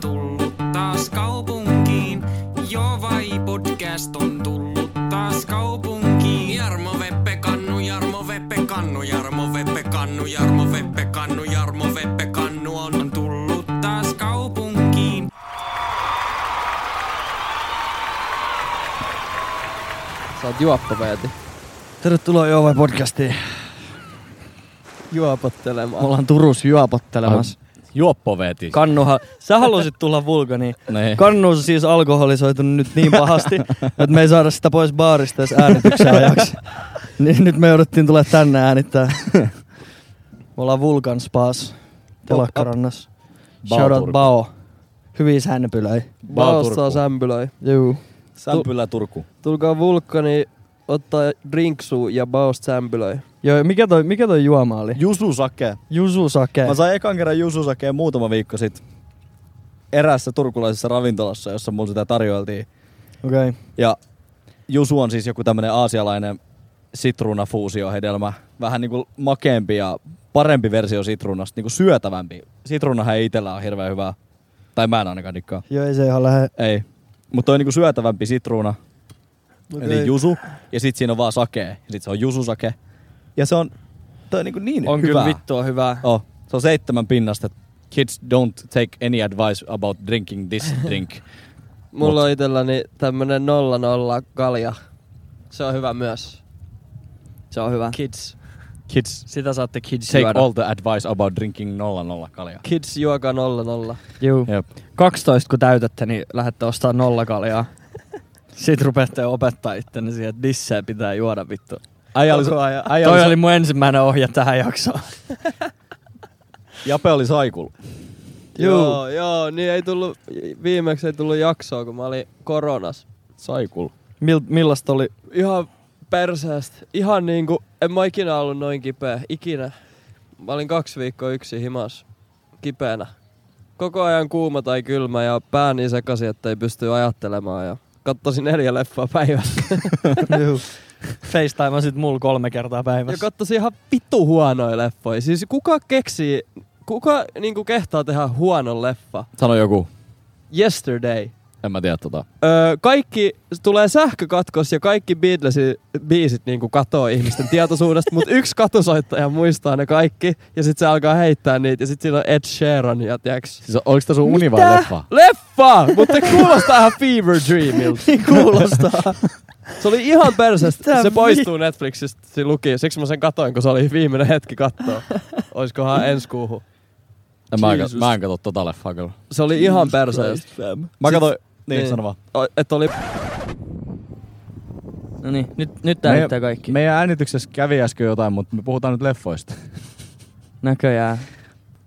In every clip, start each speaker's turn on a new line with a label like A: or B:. A: tullut taas kaupunkiin. Jovai podcast on tullut taas kaupunkiin. Jarmo Veppe Kannu, Jarmo Veppe Kannu, Jarmo Veppe Kannu, Jarmo Veppe Kannu, Jarmo Veppe Kannu on, on tullut taas kaupunkiin.
B: Sä oot juoppa, Veeti.
C: Tervetuloa Jouvai podcastiin. Juopottelemaan.
B: ollaan Turussa juopottelemassa.
D: Juoppoveeti.
C: Kannuhan, sä halusit tulla niin vulkaniin.
E: Eh.
D: Nee.
C: Kannu on siis alkoholisoitunut nyt niin pahasti, että me ei saada sitä pois baarista edes äänityksen ajaksi. Niin nyt me jouduttiin tulla tänne äänittää. Me ollaan Vulkan Spas, Telakkarannassa. Shout out
D: Baaturku.
C: Bao. Hyviä sämpylöi.
D: Baostaa
C: sämpylöi. Juu.
D: Sämpylä Turku.
C: Tulkaa Vulkani ottaa drinksuu ja Baosta sämpylöi. Joo, mikä toi, mikä toi juoma oli?
E: Jususake.
C: Jusu sake.
E: Mä sain ekan kerran jususakeen muutama viikko sitten eräässä turkulaisessa ravintolassa, jossa mulla sitä tarjoiltiin.
C: Okei. Okay.
E: Ja jusu on siis joku tämmönen aasialainen sitruunafuusiohedelmä. Vähän niinku makeempi ja parempi versio sitruunasta, niinku syötävämpi. Sitruunahan ei itellä ole hirveän hyvää. Tai mä en ainakaan nikkaa.
C: Joo, ei se ihan lähe.
E: Ei. Mutta toi on niinku syötävämpi sitruuna. Okay. Eli jusu. Ja sit siinä on vaan sakee. Ja sit se on jususake. Ja se on, toi on niinku niin
C: On
E: hyvää.
C: kyllä vittua hyvää.
E: Oh, se on seitsemän pinnasta. Kids don't take any advice about drinking this drink.
F: Mulla on itselläni tämmönen nolla nolla kalja. Se on hyvä myös.
B: Se on hyvä.
F: Kids.
E: Kids
B: Sitä saatte kids
E: take
B: juoda.
E: all the advice about drinking nolla nolla kaljaa.
F: Kids juokaa nolla nolla.
B: Juu.
E: Jep.
B: 12 kun täytätte, niin lähette ostaa nollakaljaa. Sit rupeatte opettaa itteni siihen, että dissää pitää juoda vittu.
E: Äijä oli, äijä
B: Toi
E: oli,
B: oli mun ensimmäinen ohje tähän jaksoon.
E: Jape oli saikulla.
C: Juu.
F: Joo, joo, niin ei tullut, viimeksi ei tullut jaksoa, kun mä olin koronas.
E: Saikulla.
C: Mil, millaista oli?
F: Ihan perseestä. Ihan niinku, en mä ikinä ollut noin kipeä. Ikinä. Mä olin kaksi viikkoa yksi himas. Kipeänä. Koko ajan kuuma tai kylmä ja pää niin sekaisin, että ei pysty ajattelemaan. Ja kattosin neljä leffaa päivässä.
B: FaceTimeasit mulla kolme kertaa
F: Ja
B: päivässä.
F: katsoisin ihan vittu huonoja leffoja. Siis kuka keksii, kuka niinku kehtaa tehdä huonon leffa?
E: Sano joku.
F: Yesterday.
E: En mä tiedä tota.
F: Öö, kaikki, tulee sähkökatkos ja kaikki Beatlesin biisit niinku katoo ihmisten tietoisuudesta, mutta yksi katusoittaja muistaa ne kaikki ja sit se alkaa heittää niitä ja sit siinä on Ed Sheeran ja tiiäks.
E: Siis oliks tää sun uni vai leffa?
F: Leffa! Mutta se kuulostaa ihan Fever Dreamilta.
C: Niin kuulostaa.
F: Se oli ihan persestä.
C: Mitä
F: Se poistuu Netflixistä, se luki. Siksi mä sen katoin, kun se oli viimeinen hetki katsoa. Oiskohan ensi kuuhun.
E: En mä, en kat- mä en kato tota leffaa kyllä.
F: Se oli ihan perseestä.
E: Mä katsoin.
F: niin.
E: Niin, niin, sano vaan.
F: Että oli
B: No niin, nyt, nyt tää riittää kaikki.
E: meidän äänityksessä kävi äsken jotain, mutta me puhutaan nyt leffoista.
B: Näköjään.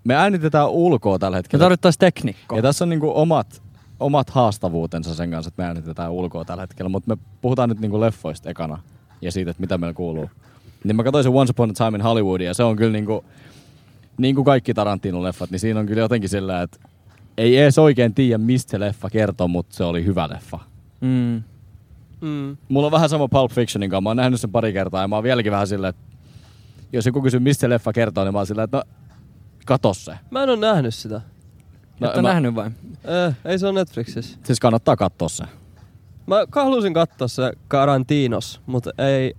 E: Me äänitetään ulkoa tällä
B: Me
E: hetkellä.
B: tarvittaisiin teknikko.
E: Ja tässä on niinku omat, omat haastavuutensa sen kanssa, että me äänitetään ulkoa tällä hetkellä, mutta me puhutaan nyt niinku leffoista ekana ja siitä, että mitä meillä kuuluu. Niin mä katsoin sen Once Upon a Time in Hollywood ja se on kyllä niinku, niinku kaikki Tarantino-leffat, niin siinä on kyllä jotenkin sillä, että ei edes oikein tiedä, mistä se leffa kertoo, mutta se oli hyvä leffa.
B: Mm.
F: Mm.
E: Mulla on vähän sama Pulp Fictionin kanssa, mä oon nähnyt sen pari kertaa ja mä oon vieläkin vähän silleen, että jos joku kysyy, mistä se leffa kertoo, niin mä oon silleen, että no, kato se.
F: Mä en ole nähnyt sitä.
E: No,
B: No, Et mä...
E: mä-
B: nähnyt vai?
F: Eh, ei se ole Netflixissä.
E: Siis kannattaa katsoa se.
F: Mä ka- halusin katsoa se Karantinos, mutta ei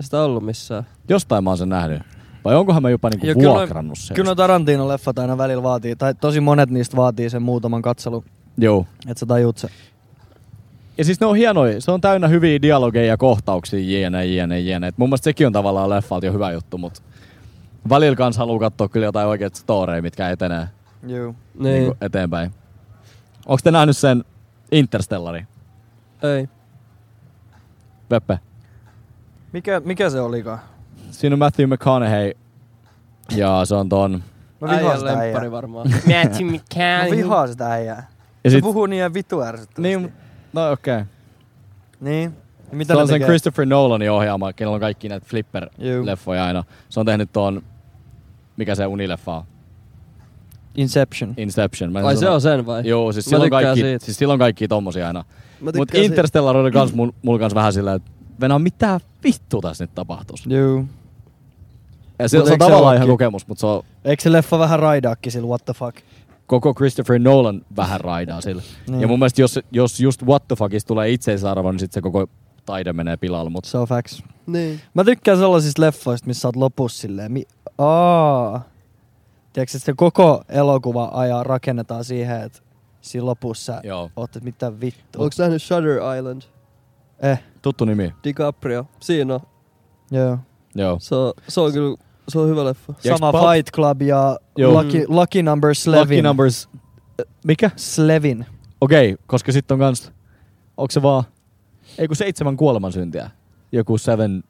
F: sitä ollut missään.
E: Jostain mä oon sen nähnyt. Vai onkohan mä jopa niinku
C: Joo, kyllä
E: vuokrannut sen?
C: Kyllä no Tarantino-leffat aina välillä vaatii, tai tosi monet niistä vaatii sen muutaman katselun,
E: Joo.
C: että sä tajut sen.
E: Ja siis ne on hienoja. Se on täynnä hyviä dialogeja ja kohtauksia, jne, jne, jne. Et mun mielestä sekin on tavallaan leffalta jo hyvä juttu, mutta välillä kanssa haluaa katsoa kyllä jotain oikeat storeja, mitkä etenee
C: Juu.
E: niin.
C: Niinku-
F: Niin,
E: eteenpäin. Onko te nähnyt sen Interstellari?
F: ei.
E: Peppe.
C: Mikä, mikä se olikaan?
E: Siinä on Matthew McConaughey. Ja se on ton...
C: Mä vihaan sitä
F: lemppari
C: äijää.
F: varmaan.
C: Mä vihaan sitä äijää.
E: Ja
C: Se
E: sit,
C: puhuu niin vittu ärsyttävästi.
E: niin, mut- no okei. Okay.
C: Niin. Mitä
E: Se
C: ne
E: on sen
C: tekee?
E: Christopher Nolanin ohjaama, kenellä on kaikki näitä
C: Juu.
E: Flipper-leffoja aina. Se on tehnyt tuon, mikä se unileffa on?
C: Inception.
E: Inception. Mä en
F: Vai se
E: sano-
F: on sen vai?
E: Joo, siis
F: Mä
E: silloin
F: tykkään
E: kaikki,
F: siitä.
E: siis silloin kaikki tommosia aina.
F: Mä
E: Mut
F: tykkään siitä.
E: Interstellar oli kans mul, mul kans vähän silleen, että Venä, mitä vittu tässä nyt tapahtuisi?
C: Juu.
E: Ja se,
C: Mut
E: se on
C: eikö se
E: tavallaan ihan
C: olekin?
E: kokemus, mutta se on
C: Eikö se leffa vähän raidaakin sillä what the fuck?
E: koko Christopher Nolan vähän raidaa sillä.
C: Niin.
E: Niin. Ja mun mielestä jos, jos just What the fuckista tulee itseisarvo, niin sit se koko taide menee pilalle. Mut
C: Se on facts.
F: Niin.
C: Mä tykkään sellaisista leffoista, missä sä oot lopussa silleen, mi- aa. Tiedätkö, että se koko elokuva ajan rakennetaan siihen, että siinä lopussa sä
E: joo,
C: oot, että mitä vittua.
F: Onko nähnyt Shutter Island?
C: Eh,
E: tuttu nimi.
F: DiCaprio. Siinä on.
C: joo.
E: Joo.
F: Se on, se on kyllä se on hyvä leffa.
E: Ja
C: Sama
E: eks Pulp-
C: Fight Club ja
E: Joo.
C: Lucky, Lucky Number Slevin.
E: Lucky Numbers. Äh, Mikä?
C: Slevin.
E: Okei, okay, koska sitten on kans, onko se vaan, ei kun seitsemän kuolemansyntiä. Joku seven,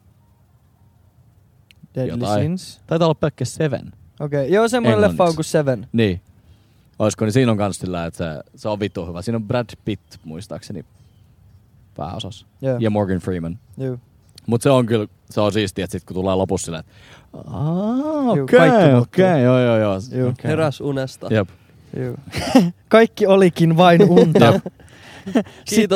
C: Deadly
E: Jotain.
C: Sins.
E: taitaa olla pelkkä seven.
C: Okei, okay. joo semmoinen
E: Englanniksi.
C: leffa on kuin Seven.
E: Niin. Olisiko, niin siinä on kans sillä, että se, se on vittu hyvä. Siinä on Brad Pitt muistaakseni pääosassa.
C: Joo,
E: Ja Morgan Freeman.
C: joo.
E: Mutta se on kyllä, se on siistiä, että sitten kun tulee lopussa silleen, että "Aa,
C: Juu,
E: okei,
C: kaikki
E: okei,
C: muuttuu.
E: okay, joo, joo, joo.
C: Juu.
E: okei."
F: Heräs unesta.
E: Jep.
C: Juu. Kaikki olikin vain unta.
E: Jep.
F: Kiitos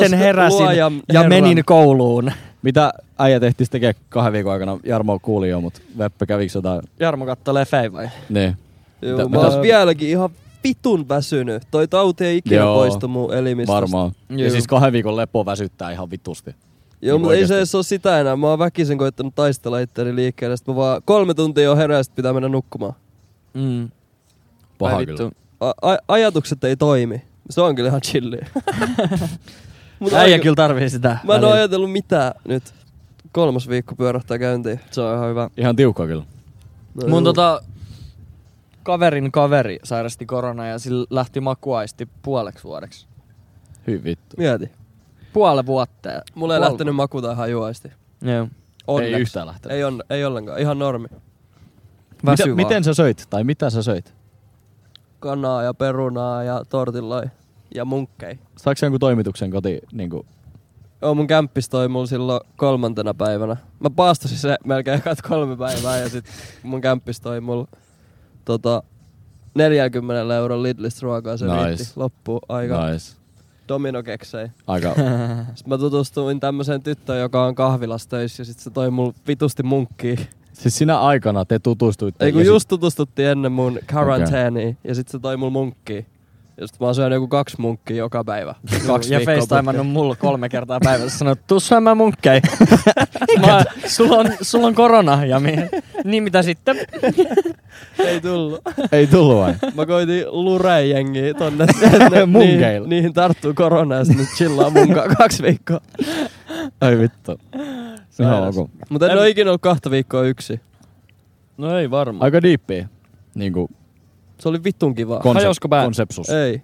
C: Sitten heräsin
F: luojan
C: ja
F: herran.
C: menin kouluun.
E: Mitä äijä tehtiin tekee kahden viikon aikana? Jarmo kuuli jo, mutta Veppe kävikö jotain?
B: Jarmo kattoo lefei vai?
E: Niin.
F: Joo,
E: Mitä-
F: mä
E: mitä-
F: oon vieläkin ihan vitun väsynyt. Toi tauti ei ikinä
E: Joo.
F: poistu mun elimistä.
E: Varmaan. Ja
B: Juu.
E: siis kahden viikon lepo väsyttää ihan vitusti.
F: Joo,
E: Niin
F: mutta ei se
E: oikeesti.
F: edes ole sitä enää. Mä oon väkisin koittanut taistella itteni liikkeelle. Sitten mä vaan kolme tuntia on herää, sit pitää mennä nukkumaan.
B: Mm.
E: Paha
B: Ai
E: kyllä.
F: A- a- ajatukset ei toimi. Se on kyllä ihan chilli. Mut
B: Äijä
F: aika-
B: kyllä tarvii sitä.
F: Mä en oo
B: välillä.
F: ajatellut mitään nyt. Kolmas viikko pyörähtää käyntiin.
B: Se on ihan hyvä.
E: Ihan tiukka kyllä.
F: No,
B: Mun
F: juu.
B: tota, kaverin kaveri sairasti koronaa ja sillä lähti makuaisti puoleksi vuodeksi.
E: Hyvin vittu.
F: Mieti.
B: Puolen vuotta.
F: Mulla ei
B: Puol-
F: lähtenyt maku tai hajuaisti.
B: Joo.
F: Onneksi.
E: Ei yhtään lähtenyt.
F: Ei, on, ei ollenkaan. Ihan normi.
E: Mitä,
B: Väsy
E: miten sä söit? Tai mitä sä söit?
F: Kanaa ja perunaa ja tortillai ja munkkei.
E: Saatko sä jonkun toimituksen kotiin? Niin kuin,
F: Joo, mun kämppis toi mulla silloin kolmantena päivänä. Mä paastosin se melkein ekat kolme päivää ja sit mun kämppis toi mulla tota, 40 euron Lidlistä ruokaa se
E: Nice.
F: nice. viitti loppuun aika. Nice.
E: nice.
F: Domino keksei.
E: Aika.
F: Sitten mä tutustuin tämmöiseen tyttöön, joka on kahvilassa töissä ja sit se toi mulla vitusti munkkiin.
E: siis sinä aikana te tutustuitte.
F: Ei kun
E: ja siis sit-
F: just tutustuttiin ennen mun karanteeniin ja sit se toi mulla munkkiin. Ja sit mä oon syönyt joku kaksi munkkia joka päivä. Kaksi
B: ja
F: viikkoa
B: FaceTimannut mulla kolme kertaa päivässä sanonut, tuu syömään munkkei. Mä, sulla, on, sulla on korona ja mi- Niin mitä sitten?
F: putkeen. Ei tullut.
E: Ei tullut vai?
F: Mä koitin lureen jengiä tonne.
E: Munkeilla.
F: niihin, niihin tarttuu korona ja sitten chillaa munkaan kaksi viikkoa.
E: Ai vittu. Ihan
B: Sairas.
E: ok.
F: Mutta en,
B: En-
F: ole ikinä ollut kahta viikkoa yksi.
B: No ei varmaan.
E: Aika diippiä. Niin kuin
F: Se oli vittun kivaa.
E: konsep-
B: Hajosko pää?
E: konsepsus.
F: ei.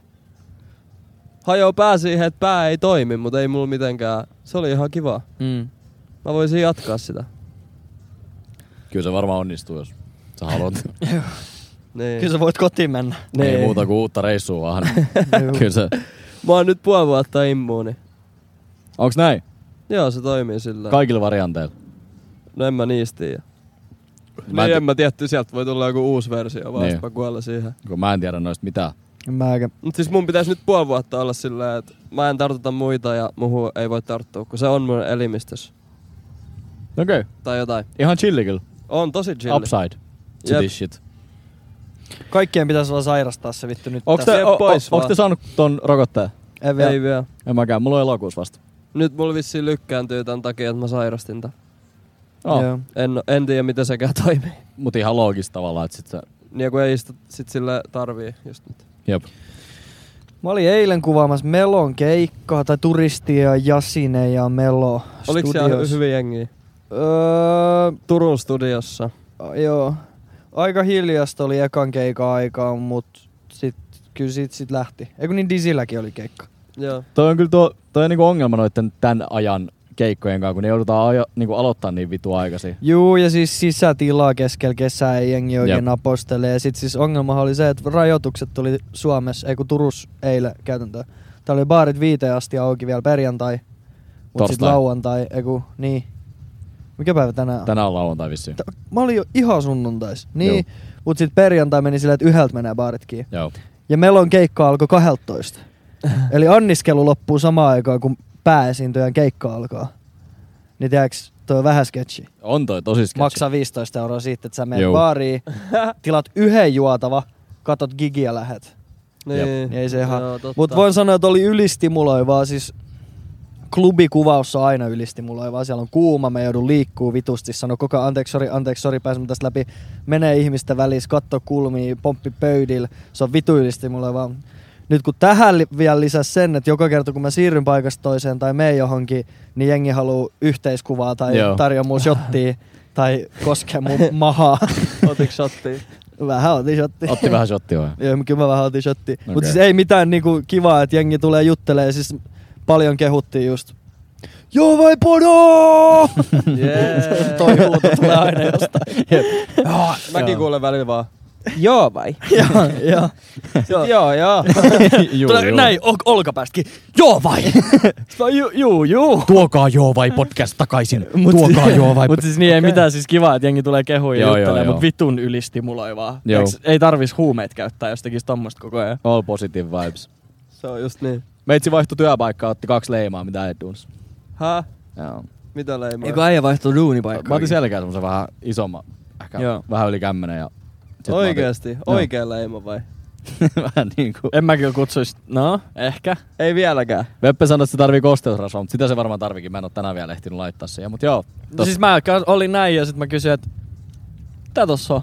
F: Hajoo pää siihen, että pää ei toimi, mutta ei mulla mitenkään. Se oli ihan kivaa.
B: Mm.
F: Mä voisin jatkaa sitä.
E: Kyllä se varmaan onnistuu, jos sä haluat.
F: Niin.
C: Kyllä sä voit kotiin mennä.
E: Ei muuta kuin uutta reissua vaan. Kyllä se.
F: Mä oon nyt puoli vuotta immuuni.
E: Onks näin?
F: Joo, se toimii sillä. Kaik-
E: Kaikilla varianteilla.
F: no en mä niistä tiedä.
E: Mä en,
F: Niin en mä tietty, sieltä voi tulla joku uusi versio, vaan
E: Niin.
F: niin. kuolla siihen.
E: ti- kun mä en tiedä noista mitään.
C: En Mäkä.
F: Mut siis mun pitäisi nyt puoli vuotta olla sillä, että mä en tartuta muita ja muhu ei voi tarttua, kun se on mun elimistössä.
E: Okei. Okay.
F: Tai jotain.
E: Ihan chilli kyllä.
F: On tosi chill.
E: Upside. To
F: Jep.
E: this shit.
C: Kaikkien pitäisi vaan sairastaa se vittu nyt.
E: Onks te,
F: Jep,
E: o, o,
F: pois
E: onks
F: vaan.
E: te saanut ton rokotteen?
C: En vielä.
F: Ei vielä.
E: En mäkään. Mulla on elokuussa vasta.
F: Nyt mulla vissiin lykkääntyy tämän takia, että mä sairastin tän.
E: Oh.
C: Joo.
F: En, en tiedä, miten sekään toimii.
E: Mut ihan loogista tavallaan, että sit se...
F: Niin kun ei sitä sit sillä tarvii just nyt.
E: Jep.
C: Mä olin eilen kuvaamassa Melon keikkaa, tai turistia, Jasine ja Melo
F: Oliko siellä
C: studios.
F: hyvin jengiä?
C: Öö,
F: Turun studiossa.
C: joo. Aika hiljasta oli ekan keikan aikaan, mut sit, kyllä sit, sit lähti. Eikö niin Disilläkin oli keikka?
F: Joo.
E: Toi on kyllä tuo, toi on niinku ongelma noitten tän ajan keikkojen kanssa, kun ne joudutaan ajo, niinku aloittaa niin vitu aikaisin.
C: Juu, ja siis sisätilaa keskellä kesää ei jengi oikein
E: Jep.
C: napostelee. Ja sit siis ongelma oli se, että rajoitukset tuli Suomessa, ei kun Turus eilen käytäntöön. Täällä oli baarit viiteen asti auki vielä perjantai. Mut sit
E: Torstai.
C: lauantai, eiku, niin. Mikä päivä tänään on?
E: Tänään on lauantai vissiin.
C: T- Mä olin jo ihan sunnuntais. Niin, mut sit perjantai meni silleen, että yhdeltä menee baarit kiinni.
E: Joo.
C: Ja Melon keikka alkoi 12. Eli anniskelu loppuu samaan aikaan, kun pääesiintyjän keikka alkaa. Niin tiedäks, toi on vähän sketchi.
E: On toi tosi sketsi.
C: Maksaa 15 euroa siitä, että sä menet
E: Juu.
C: baariin, tilat yhden juotava, katot gigiä lähet.
F: Niin.
C: Niin ei se ihan-
F: Joo, totta.
C: Mut voin sanoa, että oli ylistimuloivaa, siis klubikuvaus on aina ylistimuloivaa. Siellä on kuuma, mä joudun liikkuu vitusti, sano koko ajan, anteeksi, sori, anteeksi, sori, pääsemme tästä läpi. Menee ihmistä välissä, katto kulmiin, pomppi pöydillä, se on vitu ylistimuloivaa. Nyt kun tähän li- vielä lisäs sen, että joka kerta kun mä siirryn paikasta toiseen tai menen johonkin, niin jengi haluu yhteiskuvaa tai
E: Joo.
C: tarjoa mun shottia tai koskee mun mahaa.
F: Otitko shottia?
C: Vähän otin shottia.
E: Otti vähän shottia vai?
C: Joo, kyllä mä vähän otin shotti. Okay.
E: Okei.
C: Mutta siis ei mitään niinku kivaa, että jengi tulee juttelee. Siis paljon kehuttiin just. Joo vai podo!
F: Jee.
C: Toi huuto tulee aina jostain.
F: Mäkin kuulen välillä vaan. Joo vai?
C: joo, joo.
F: Sitten joo, joo.
E: juu,
C: Tulee näin oh. ol- olkapäästäkin. Joo vai? Sitten
B: No
C: vaan, juu, juu, juu.
E: Tuokaa joo vai podcast takaisin. Tuokaa joo vai.
B: Mut siis niin ei mitään siis kivaa, että jengi tulee kehuja
E: Joo,
B: ja
E: joo,
B: juttelee,
E: joo.
B: mut vitun ylistimuloivaa.
E: Joo.
B: Eiks- Ei tarvis huumeet käyttää, jos tekis tommosta koko ajan.
E: All positive vibes.
F: Se on just niin.
E: Meitsi vaihtui työpaikkaa, otti kaksi leimaa, mitä ei duunissa.
F: Häh?
E: Joo.
F: Mitä leimaa?
B: Eikö äijä vaihtuu duunipaikkaa?
E: Mä otin selkään semmosen vähän isomman, ehkä
B: Joo.
E: vähän yli kämmenen ja... sit mä otin-
F: Oikeesti? Oikea leima vai?
E: vähän niin kuin...
B: En mä kyllä kutsuis, no, ehkä.
F: Ei vieläkään.
E: Veppe sanoi, että se tarvii kosteusrasvaa, mutta sitä se varmaan tarvikin. Mä en oo tänään vielä ehtinyt laittaa siihen, mutta joo.
B: No siis mä ka- olin näin ja sit mä kysyin, että mitä tossa on?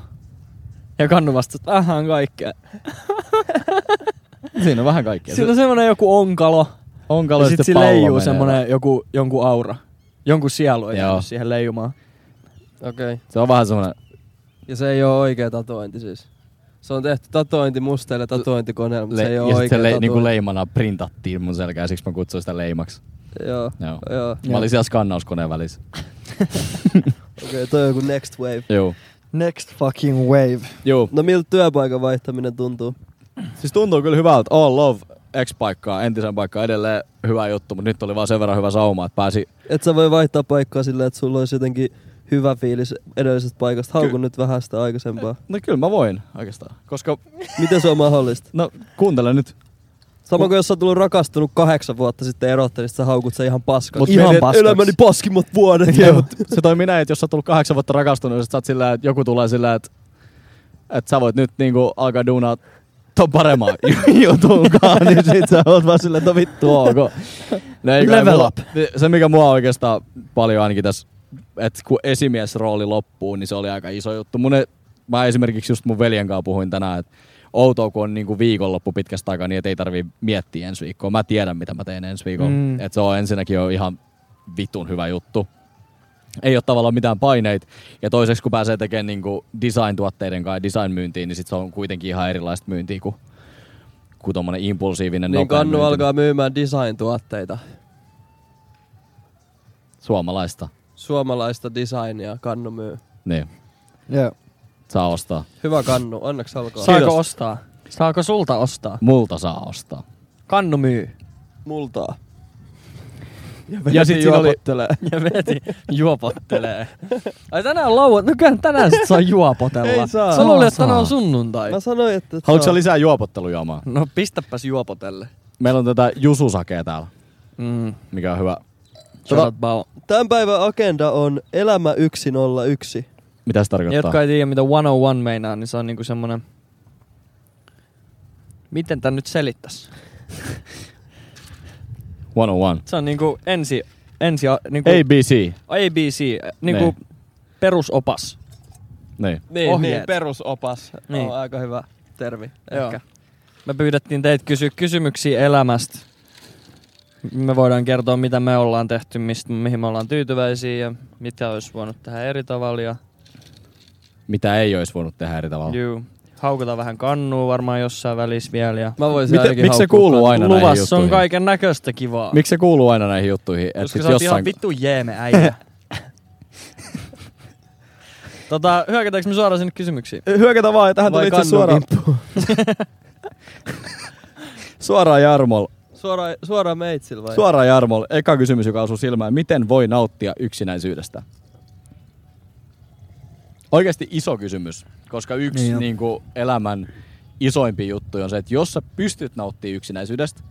B: Ja kannu vastasi, että vähän on kaikkea.
E: Siinä on vähän kaikkea.
B: Sillä on semmonen joku onkalo.
E: Onko
B: Ja
E: ollut
B: sit
E: sitten
B: siinä
E: pallo
B: leijuu
E: menee.
B: semmonen joku, jonkun aura. Jonkun sielu ei
E: Joo.
B: jäänyt siihen leijumaan.
F: Okei. Okay.
E: Se on vähän semmonen...
F: Ja se ei oo oikea tatuointi siis. Se on tehty tatointi musteille tatointikoneella, mutta
E: Le-
F: se ei oo
E: ja
F: oikea
E: sitten le-
F: tatuointi.
E: niinku leimana printattiin mun selkää, siksi mä kutsuin sitä leimaksi.
F: Joo,
E: Joo.
F: joo.
E: Mä olin siellä skannauskoneen välissä.
F: Okei, okay, toi on joku next wave.
E: Joo.
C: Next fucking wave.
E: Joo.
F: No miltä työpaikan vaihtaminen tuntuu?
E: Siis tuntuu kyllä hyvältä. All love ex-paikkaa, entisen paikkaa edelleen hyvä juttu, mutta nyt oli vaan sen verran hyvä sauma, että pääsi...
F: Et sä voi vaihtaa paikkaa silleen, että sulla olisi jotenkin hyvä fiilis edellisestä paikasta. Haukun nyt vähän sitä aikaisempaa.
E: No kyllä mä voin oikeastaan, koska...
F: Miten se on mahdollista?
E: No kuuntele nyt.
F: Sama kuin jos sä oot tullut rakastunut kahdeksan vuotta sitten erotte, niin sit sä haukut sen ihan paskaksi.
E: Mut
C: Ihan
E: mietin,
C: paskaksi.
F: Elämäni paskimmat vuodet.
E: Joo, mut se toimii näin, että jos sä oot tullut kahdeksan vuotta rakastunut, niin sit sä oot sillä, että joku tulee sillä, että, että sä voit nyt niinku alkaa duunaa ton paremman jutunkaan, niin sit sä oot vaan sillä, että no vittu onko. No, ei, kun
C: Level
E: mulla-
C: up.
E: Se, mikä mua oikeastaan paljon ainakin tässä, että kun esimiesrooli loppuu, niin se oli aika iso juttu. Mun, e- mä esimerkiksi just mun veljen kanssa puhuin tänään, että outoa, kun on niinku viikonloppu pitkästä aikaa, niin et ei tarvii miettiä ensi viikkoa. Mä tiedän, mitä mä teen ensi viikolla.
C: Mm.
E: Mm. Et se on ensinnäkin jo ihan vitun hyvä juttu ei ole tavallaan mitään paineita. Ja toiseksi, kun pääsee tekemään niin design-tuotteiden kanssa ja design-myyntiin, niin sit se on kuitenkin ihan erilaista myyntiä kuin, kuin tuommoinen impulsiivinen
F: Niin
E: nopea
F: Kannu
E: myynti.
F: alkaa myymään design-tuotteita.
E: Suomalaista.
F: Suomalaista designia Kannu myy.
E: Niin,
C: Joo.
E: saa ostaa.
F: Hyvä Kannu, onneksi alkaa.
B: Saako
E: Kiitos.
B: ostaa? Saako sulta ostaa?
E: Multa saa ostaa.
B: Kannu myy.
F: Multaa.
E: Ja sit siinä oli,
B: Ja veti juopottelee. Ai tänään on lauantai. No kyllä tänään sit saa juopotella.
F: Ei saa.
B: Sä luulet, että
E: Saa.
B: tänään on sunnuntai.
F: Mä sanoin, että... tota, et
E: haluatko
F: saa-
E: sä lisää juopottelujuomaa?
B: No pistäpäs juopotelle.
E: Meillä on tätä jususakea täällä,
B: Mm.
E: mikä on hyvä.
B: Tota, bao.
F: Tämän päivän agenda on Elämä 101.
E: Mitä se
B: Ne,
E: tarkoittaa?
B: jotka ei tiedä, mitä 101 meinaa, niin se on niinku semmonen... Miten tän nyt selittäis?
E: One on one.
B: Se on niinku ensi... ensi a- niinku
E: ABC.
B: ABC, äh, niinku
E: Niin.
B: perusopas.
E: Niin.
F: Niin,
B: Ohjeet.
F: niin perusopas. Niin.
B: Niin.
F: On aika hyvä termi.
B: Joo.
F: Ehkä.
B: Me pyydettiin teitä kysyä kysymyksiä elämästä. Me voidaan kertoa, mitä me ollaan tehty, mistä, mihin me ollaan tyytyväisiä ja mitä olisi voinut tehdä eri tavalla. Ja,
E: Mitä ei olisi voinut tehdä eri tavalla.
B: juu, haukuta vähän kannua varmaan jossain välissä vielä. Ja
F: Mä voisin
E: Miten,
F: ainakin
E: miksi se
F: haukkua
E: kuuluu
F: Kannua.
E: aina näihin
B: luvassa on
E: juttuihin?
B: kaiken näköistä kivaa.
E: Miksi se kuuluu aina näihin juttuihin? että
B: Koska
E: sit
B: sä oot ihan vittu jeeme äijä. tota, hyökätäänkö me suoraan sinne kysymyksiin?
E: Hyökätä vaan, ja tähän
F: Vai
E: tuli itse
F: kannun
E: suoraan. suoraan Jarmol.
F: Suoraan, suoraan meitsillä vai?
E: Suoraan Jarmolle. Eka kysymys, joka osuu silmään. Miten voi nauttia yksinäisyydestä? Oikeasti iso kysymys, koska yksi
C: Niin
E: niin
C: on.
E: niin kuin elämän isoimpi juttu on se, että jos sä pystyt nauttimaan yksinäisyydestä,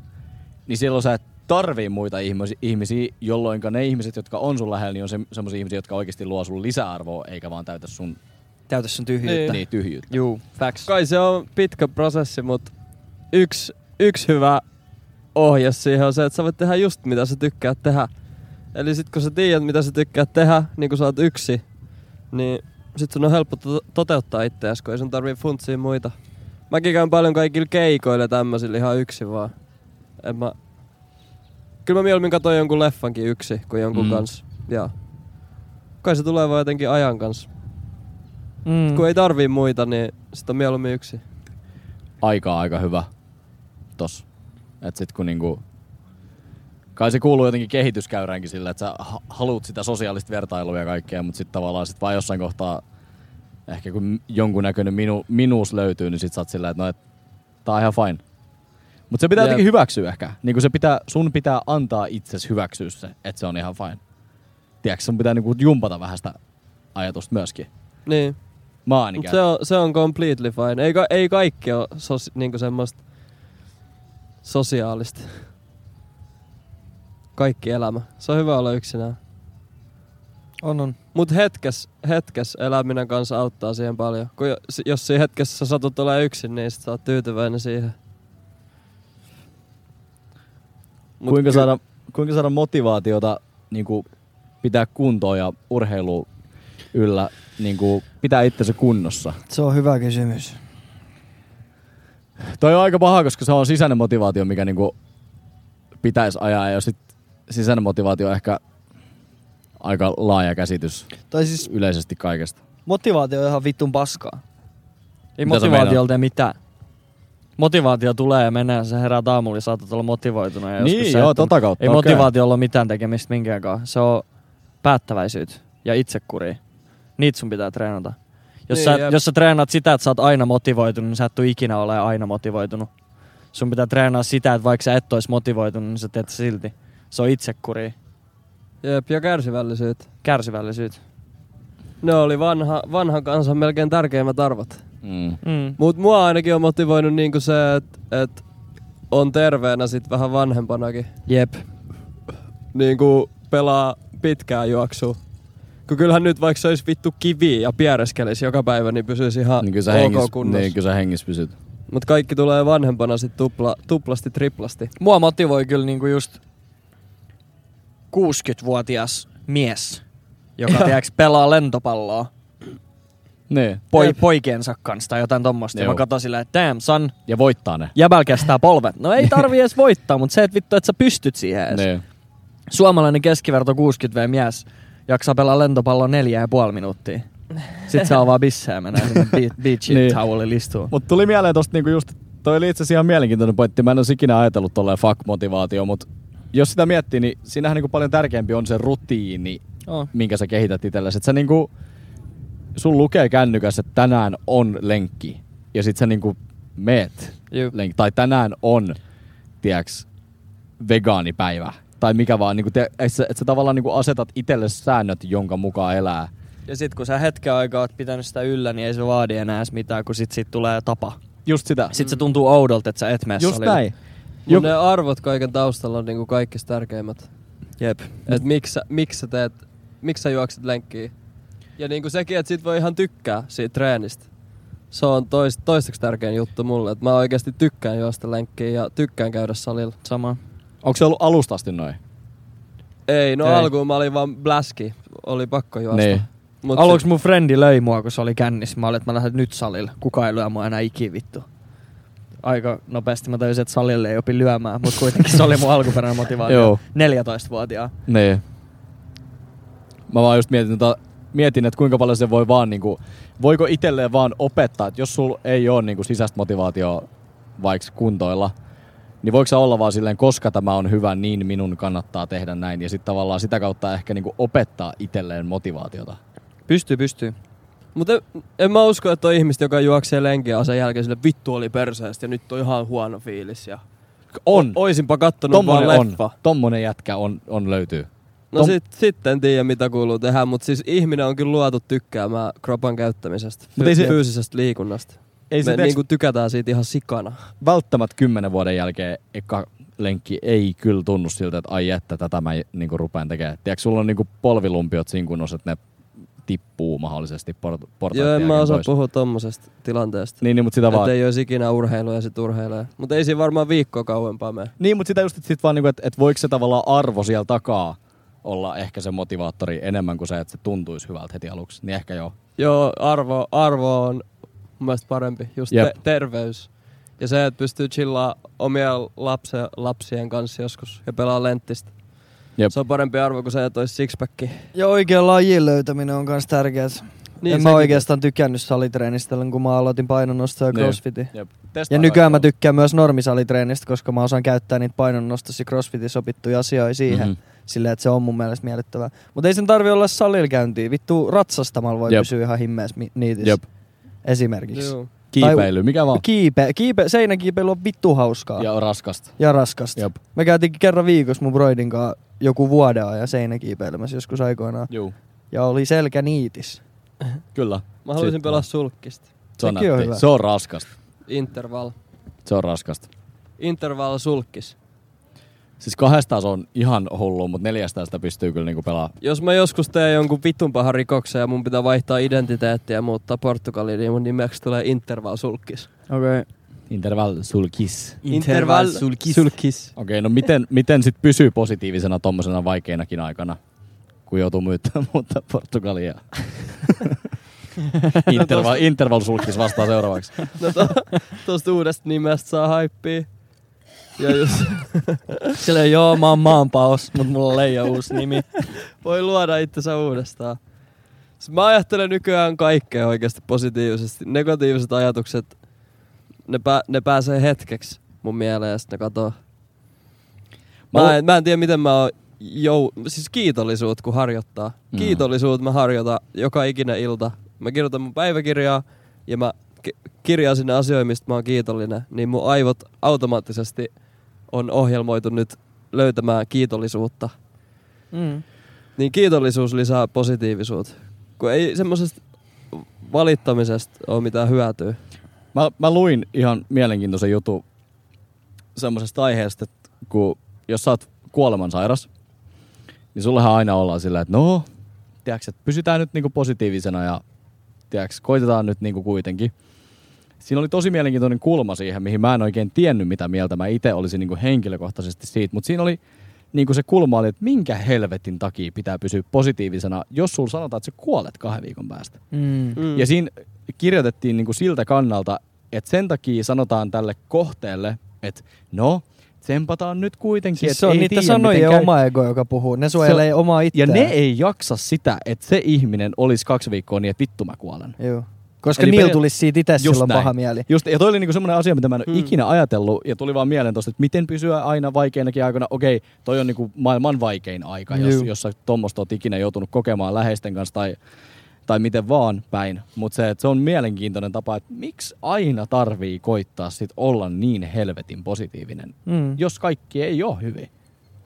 E: niin silloin sä et tarvii muita ihmisi- ihmisiä, jolloin ne ihmiset, jotka on sun lähellä, niin on se, semmoisia ihmisiä, jotka oikeasti luo sun lisäarvoa, eikä vaan täytä sun
C: Täytä sun tyhjyyttä.
E: niin, tyhjyyttä.
C: Juu, facts.
F: Kai se on pitkä prosessi, mutta yksi, yksi hyvä ohje siihen on se, että sä voit tehdä just mitä sä tykkäät tehdä. Eli sit kun sä tiedät mitä sä tykkäät tehdä, niin kun sä oot yksi, niin sit sun on helppo to- toteuttaa itseäsi, kun ei sun tarvii funtsia muita. Mäkin käyn paljon kaikilla keikoilla ja tämmöisillä ihan yksi vaan. En mä... Kyllä mä mieluummin katsoin jonkun leffankin yksi kuin jonkun
E: Mm.
F: mm. kanssa. Ja. Kai se tulee vaan jotenkin ajan kanssa.
B: Mm.
F: Kun ei tarvii muita, niin sit on mieluummin yksi.
E: Aika on aika hyvä tos. Et sit kun niinku, kai se kuuluu jotenkin kehityskäyräänkin sillä, että sä ha- haluut sitä sosiaalista vertailua ja kaikkea, mutta sitten tavallaan sit vaan jossain kohtaa, ehkä kun jonkunnäköinen minu, minuus löytyy, niin sit sä oot sillä, että no, et, tää on ihan fine. Mutta se pitää
F: Jep.
E: jotenkin hyväksyä ehkä. Niinku se pitää, sun pitää antaa itsesi hyväksyä se, että se on ihan fine. Tiedätkö, sun pitää niinku jumpata vähän sitä ajatusta myöskin.
F: Niin.
E: Mä oon ainakin
F: Mut se, on, se on completely fine. Ei, ka- ei kaikki ole sos, niinku semmoista sosiaalista. Kaikki elämä. Se on hyvä olla yksinään.
C: On, on.
F: Mut hetkes, hetkes eläminen kanssa auttaa siihen paljon. Kun jo- si- jos siinä hetkessä sä satut olemaan yksin, niin sit sä oot tyytyväinen siihen. Mut
E: kuinka,
F: ky-
E: saada, kuinka saada motivaatiota niin kuin pitää kuntoa ja urheilu yllä, niin kuin pitää itsensä kunnossa?
C: Se on hyvä kysymys.
E: Toi on aika paha, koska se on sisäinen motivaatio, mikä niin kuin pitäisi ajaa. Ja sit sisäinen motivaatio on ehkä aika laaja käsitys
C: Tai siis
E: yleisesti kaikesta.
C: motivaatio on ihan vittun paskaa.
B: Ei
E: Mitä sä
B: motivaatiolta tee mitään. Motivaatio tulee ja menee, sä herää aamulla ja saatat olla motivoitunut. Ja joskus
E: Niin,
B: sä
E: joo,
B: et oo.
E: tota kautta.
B: Ei
E: okei.
B: motivaatiolla ole mitään tekemistä minkäänkaan. Se on päättäväisyyttä ja itsekuri. Niitä sun pitää treenata. Jos,
F: Niin,
B: niin, sä,
F: jep.
B: jos sä treenaat sitä, että sä oot aina motivoitunut, niin sä et tuu ikinä ole aina motivoitunut. Sun pitää treenaa sitä, että vaikka sä et ois motivoitunut, niin sä teet se silti. Se on itsekuri.
F: Jep, ja kärsivällisyyttä.
B: Kärsivällisyyttä.
F: Ne oli vanha, vanhan kansan melkein tärkeimmät arvot.
E: Mm.
B: Mm.
F: Mut mua ainakin on motivoinut niinku se, että et on terveenä sit vähän vanhempanakin.
B: Jep.
F: Niinku pelaa pitkää juoksua. Kun kyllähän nyt vaikka se olisi vittu kivi ja piereskelisi joka päivä, niin pysyisi ihan
E: Niin
F: niin
E: kyllä sä
F: ok
E: hengis,
F: kunnossa.
E: niin,
F: Niin,
E: kyllä sä hengis pysyt.
F: Mut kaikki tulee vanhempana sit tupla, tuplasti, triplasti.
B: Mua motivoi kyllä niinku just 60-vuotias mies, joka tiiäks, pelaa lentopalloa
E: Niin.
B: poi,
F: Jep.
B: poikiensa kanssa tai jotain tommosta. Ja
E: Joo.
B: mä katsoin silleen, että damn son,
E: Ja voittaa ne.
B: jäbäl kestää polvet. No ei tarvi edes voittaa, mutta se, että vittu, että sä pystyt siihen edes.
E: Niin.
B: Suomalainen keskiverto 60V mies jaksaa pelaa lentopalloa neljä ja puoli minuuttia. Sitten saa vaan bissää ja menee sinne be- beachin
E: Niin.
B: niin. towelille istuun.
E: Mutta tuli mieleen tosta niinku just, toi oli itse asiassa ihan mielenkiintoinen pointti. Mä en olisi ikinä ajatellut tolleen fuck-motivaatio, mutta jos sitä miettii, niin siinähän niinku paljon tärkeämpi on se rutiini,
B: Oh.
E: minkä sä kehität itsellesi. Et sä niinku, sun lukee kännykässä, että tänään on lenkki. Ja sit sä niinku meet
B: Juu.
E: lenkki. Tai tänään on, tiiäks, vegaanipäivä. Tai mikä vaan, niinku, te, et, sä, et sä tavallaan niinku asetat itsellesi säännöt, jonka mukaan elää.
B: Ja sit kun sä hetken aikaa oot pitänyt sitä yllä, niin ei se vaadi enää edes mitään, kun sit siitä tulee tapa.
E: Just sitä.
B: Sit
C: Mm.
B: se tuntuu oudolta, että sä et mene
E: Just
B: salille.
E: näin.
F: Mut ne arvot kaiken taustalla on niinku kaikista tärkeimmät.
B: Jep.
F: Et miksi sä, miksi sä teet, miksi sä juokset lenkkiä. Ja niinku sekin, että sit voi ihan tykkää siitä treenistä. Se on tois, toiseksi tärkein juttu mulle, että mä oikeasti tykkään juosta lenkkiä ja tykkään käydä salilla.
B: Sama.
E: Onko se ollut alusta asti noin?
F: Ei, no
B: Ei.
F: Ei. alkuun mä olin vaan bläski, oli pakko juosta.
E: Niin.
F: Mut
B: Aluksi
F: sit-
B: mun frendi löi mua, kun se oli kännissä. Mä olin, että mä lähden nyt salille. Kuka ei lyö mua enää ikin vittu. Aika nopeasti mä tajusin, että salille ei opi lyömään, mutta kuitenkin se oli mun alkuperäinen
E: Niin. Joo.
B: motivaatio. 14-vuotiaa.
E: Niin. Mä vaan just mietin, että, mietin, että kuinka paljon se voi vaan, niin kuin, voiko itselleen vaan opettaa, että jos sulla ei ole niin kuin, sisäistä motivaatioa vaikka kuntoilla, niin voiko sä olla vaan silleen, koska tämä on hyvä, niin minun kannattaa tehdä näin. Ja sitten tavallaan sitä kautta ehkä niin kuin, opettaa itselleen motivaatiota.
B: Pystyy, pystyy.
F: Mutta en, en mä usko, että on ihmistä, joka juoksee lenkiä sen jälkeen sille vittu oli perseestä ja nyt on ihan huono fiilis. Ja
E: On.
F: Oisinpa kattonut
E: Tommonen
F: vaan
E: on.
F: leffa.
E: Tommonen jätkä on, on löytyy.
F: No
E: Tom-
F: sit, sitten en tiedä mitä kuuluu tehdä, mutta siis ihminen on kyllä luotu tykkäämään kropan käyttämisestä,
E: Mut ei
F: fy-
E: se-
F: fyysisestä liikunnasta.
E: Ei
F: Ei
E: se
F: Me
E: tiiäks-
F: niin kuin tykätään siitä ihan sikana.
E: välttämättä kymmenen vuoden jälkeen eka lenkki ei kyllä tunnu siltä, että ai että tätä mä niinku rupean tekemään. Tiedätkö, sulla on niinku polvilumpiot siinä kunnossa, että ne tippuu mahdollisesti port- portaat
F: Joo, en mä
E: jälkeen
F: osaa
E: pois.
F: puhua tommosesta tilanteesta.
E: Niin, niin mutta sitä vaan...
F: Että ei olisi ikinä urheilua ja sit urheilee. Mutta ei siinä varmaan viikkoa kauempaa mene.
E: Niin, mutta sitä just että sit vaan, niinku, että et voiko se tavallaan arvo siellä takaa olla ehkä se motivaattori enemmän kuin se, että se tuntuisi hyvältä heti aluksi. Niin ehkä joo.
F: Joo, arvo, arvo on mun mielestä parempi. Just
E: Jep.
F: te- terveys. Ja se, että pystyy chillaa omia lapse- lapsien kanssa joskus ja pelaa lenttistä.
E: Jep.
F: Se on parempi arvo kuin se, että olisi sixpacki.
C: Ja oikean lajin löytäminen on myös tärkeää. Niin, en mä
F: sekin-
C: oikeastaan tykännyt salitreenistä, kun mä aloitin painonnostoa ja
E: Niin.
C: crossfitin.
E: Jep.
C: Ja nykyään mä tykkään myös normisalitreenistä, koska mä osaan käyttää niitä painonnostossa ja crossfitissä opittuja asioita siihen.
E: Mhm.
C: Mm-hmm. Silleen, että se on mun mielestä miellyttävää. Mutta ei sen tarvi olla salilla käyntiä. Vittu ratsastamalla voi
E: Jep.
C: Jep. pysyä ihan himmeessä mi- niitissä.
E: Jep.
C: Esimerkiksi.
F: Joo.
E: Kiipeily, mikä vaan.
C: Kiipe, kiipe, seinäkiipeily on vittu hauskaa.
E: Ja on raskasta.
C: Ja raskasta.
E: Jep.
C: Me käytiin kerran viikossa mun broidin kanssa joku vuoden ajan seinäkiipeilemässä joskus aikoinaan.
E: Juu,
C: Ja oli selkä niitis.
E: kyllä.
F: Mä haluaisin
E: Sitten
F: pelaa sulkkista.
E: Se on,
C: Sekin on
E: nätti.
C: hyvä.
E: se on raskasta.
F: Interval.
E: Se on raskasta.
F: Interval sulkkis.
E: Siis kahdestaan se on ihan hullu, mutta neljästään sitä pystyy kyllä niinku pelaa.
F: Jos mä joskus teen jonkun vitun pahan rikoksen ja mun pitää vaihtaa identiteettiä ja muuttaa Portugaliin, niin mun nimeksi tulee Interval sulkkis.
C: Okei. Okay.
E: Interval sulkis.
F: Interval sulkis. sulkis.
E: Okei, no miten, miten sit pysyy positiivisena tommosena vaikeinakin aikana, kun joutuu myyttämään muuta Portugalia? interval, interval sulkis vastaa seuraavaksi.
F: No to, tosta uudesta nimestä saa haippia. Ja jos
G: Silleen, joo, mä oon maanpaos, mut mulla on leija uusi nimi.
F: voi luoda itsensä uudestaan. Siis Mä ajattelen nykyään kaikkea oikeasti positiivisesti. Negatiiviset ajatukset, ne, pää, ne pääsee hetkeksi mun mieleen ja sitten ne katoaa. Mä en, mä en tiedä, miten mä oon jou... Siis kiitollisuut, kun harjoittaa.
E: Mm.
F: Mm. Kiitollisuut mä harjoitan joka ikinen ilta. Mä kirjoitan mun päiväkirjaa ja mä ki- kirjaan sinne asioihin, mistä mä oon kiitollinen. Niin mun aivot automaattisesti on ohjelmoitu nyt löytämään kiitollisuutta.
C: Mm.
F: Niin kiitollisuus lisää positiivisuutta. Kun ei semmoisesta valittamisesta ole mitään hyötyä.
E: Mä, mä luin ihan mielenkiintoisen jutun semmoisesta aiheesta, että kun, jos sä oot kuolemansairas, niin sullehan aina ollaan sillä, että no, tiiäks, että pysytään nyt niinku positiivisena ja tiiäks, koitetaan nyt niinku kuitenkin. Siinä oli tosi mielenkiintoinen kulma siihen, mihin mä en oikein tiennyt, mitä mieltä mä itse olisin niinku henkilökohtaisesti siitä, mutta siinä oli niinku se kulma oli, että minkä helvetin takia pitää pysyä positiivisena, jos sulla sanotaan, että sä kuolet kahden viikon päästä.
C: Mm.
F: Mm.
E: Ja siinä kirjoitettiin niin kuin siltä kannalta, että sen takia sanotaan tälle kohteelle, että no, tsempataan nyt kuitenkin.
C: Siis
E: että
C: se on
E: ei
C: niitä
E: tiedä,
C: sanoja
E: miten käy.
C: oma ego, joka puhuu. Ne suojelee omaa
E: Ja
C: itseään.
E: ne ei jaksa sitä, että se ihminen olisi kaksi viikkoa niin, että vittu mä kuolen.
C: Joo. Koska
E: Eli
C: Eli niillä
E: per-
C: tulisi siitä itse silloin näin. paha mieli.
E: Just, ja toi oli niinku semmoinen asia, mitä mä en ole ikinä ajatellut, ja tuli vaan mieleen tosta, että miten pysyä aina vaikeinakin aikoina. Okei, toi on niinku maailman vaikein aika, jos,
C: Juu.
E: jos sä tuommoista oot ikinä joutunut kokemaan läheisten kanssa tai, tai miten vaan päin. Mutta se, että se on mielenkiintoinen tapa, että miksi aina tarvii koittaa sit olla niin helvetin positiivinen,
C: Mm.
E: jos kaikki ei ole hyvin.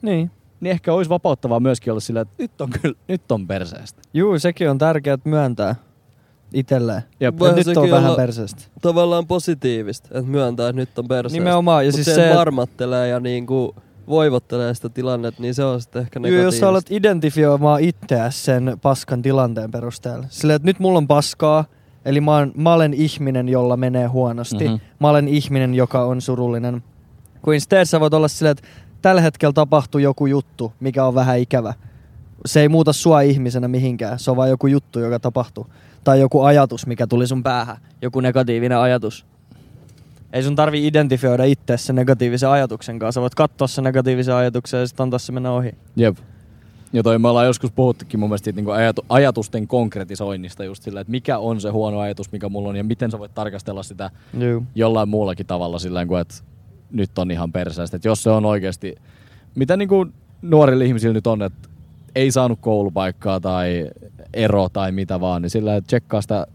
C: Niin.
E: Niin ehkä olisi vapauttavaa myöskin olla sillä, että nyt on, kyllä, nyt on perseestä.
C: Juu, sekin on tärkeää että myöntää itselleen.
E: Jep.
C: Et
F: Voihan
C: Nyt
F: sekin
C: on vähän
F: olla-
C: perseestä.
F: tavallaan positiivista, että myöntää, että nyt on perseestä.
C: Nimenomaan, ja
F: Mut
C: siis
F: se,
C: se,
F: että
C: et-
F: varmattelee ja niinku voivottelee sitä tilannetta, niin se on sitten ehkä
C: Joo, jos
F: negatiivista.
C: sä alat identifioimaan itseäsi sen paskan tilanteen perusteella. Sillä, että nyt mulla on paskaa, eli mä, oon, mä olen ihminen, jolla menee
E: Mhm.
C: huonosti. Mm-hmm. Mä olen ihminen, joka on surullinen. Kun instead sä voit olla silleen, että tällä hetkellä tapahtuu joku juttu, mikä on vähän ikävä. Se ei muuta sua ihmisenä mihinkään, se on vaan joku juttu, joka tapahtuu. Tai joku ajatus, mikä tuli sun päähän.
G: Joku negatiivinen ajatus.
C: Ei sun tarvi identifioida itse sen negatiivisen ajatuksen kanssa. Sä voit katsoa sen negatiivisen ajatuksen ja sitten antaa se mennä ohi.
E: Jep. Ja toi me ollaan joskus puhuttukin mun mielestä siitä, niinku ajatu- ajatusten konkretisoinnista just sillä, että mikä on se huono ajatus, mikä mulla on ja miten sä voit tarkastella sitä
C: Joo.
E: jollain muullakin tavalla sillä kuin, että nyt on ihan perseestä. Että jos se on oikeasti, mitä niinku nuorilla ihmisillä nyt on, että ei saanut koulupaikkaa tai ero tai mitä vaan, niin sillä että tsekkaa sitä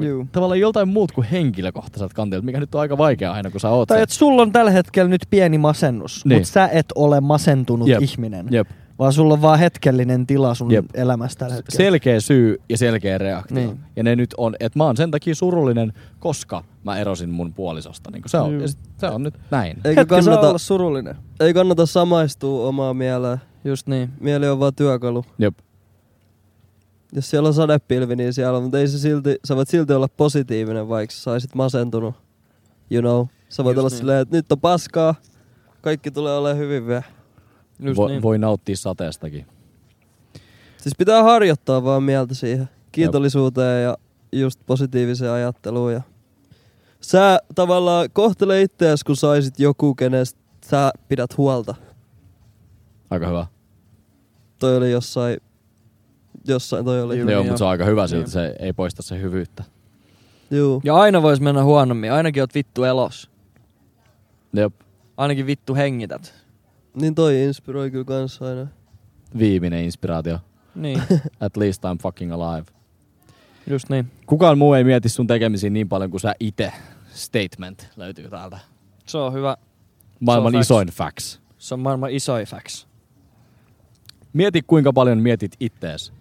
C: Juu.
E: tavallaan joltain muut kuin henkilökohtaiselta kantilta, mikä nyt on aika vaikea aina, kun sä oot
C: Tai
E: se.
C: että sulla on tällä hetkellä nyt pieni masennus, niin.
E: Niin.
C: mutta sä et ole masentunut
E: Jep.
C: Jep. ihminen, Jep.
E: Jep.
C: vaan sulla on vaan hetkellinen tila sun Jep.
E: Jep.
C: elämässä tällä hetkellä.
E: Selkeä syy ja selkeä reaktio.
C: Niin.
E: Niin. Ja ne nyt on, että mä oon sen takia surullinen, koska mä erosin mun puolisosta. Niin se, on,
C: Juu.
E: ja sit, se on nyt näin.
F: Eikö
C: Hetki saa
F: kannata,
C: olla surullinen.
F: ei kannata samaistua omaa mieleen.
B: Just niin.
F: Mieli on vaan työkalu.
E: Jep.
F: Jos siellä on sadepilvi, niin siellä on, mutta ei se silti, sä voit silti olla positiivinen, vaikka sä saisit masentunut. You know. Sä voit
B: Just
F: olla
B: niin.
F: silleen, että nyt on paskaa, kaikki tulee olemaan hyvin vielä.
B: Just
E: Vo,
B: niin.
E: Voi nauttia sateestakin.
F: Siis pitää harjoittaa vaan mieltä siihen. Kiitollisuuteen ja just positiiviseen ajatteluun. Ja sä tavallaan kohtele itseäsi, kun saisit joku, kenestä sä pidät huolta.
E: Aika hyvä.
F: Toi oli jossain, jossain toi oli.
E: Joo,
B: niin joo.
E: mutta se on aika hyvä silti. Se ei poista se hyvyyttä.
F: Juu.
B: Ja aina vois mennä huonommin. Ainakin oot vittu elos.
E: Jep.
B: Ainakin vittu hengität.
F: Niin toi inspiroi kyllä kans aina.
E: Viimeinen inspiraatio.
B: Niin,
E: At least I'm fucking alive.
B: just niin.
E: Kukaan muu ei mieti sun tekemisiä niin paljon kuin sä itse. Statement löytyy täältä.
B: Se on hyvä.
E: Maailman
B: Se on facts.
E: isoin facts.
B: Se on maailman isoin facts.
E: Mieti kuinka paljon mietit ittees.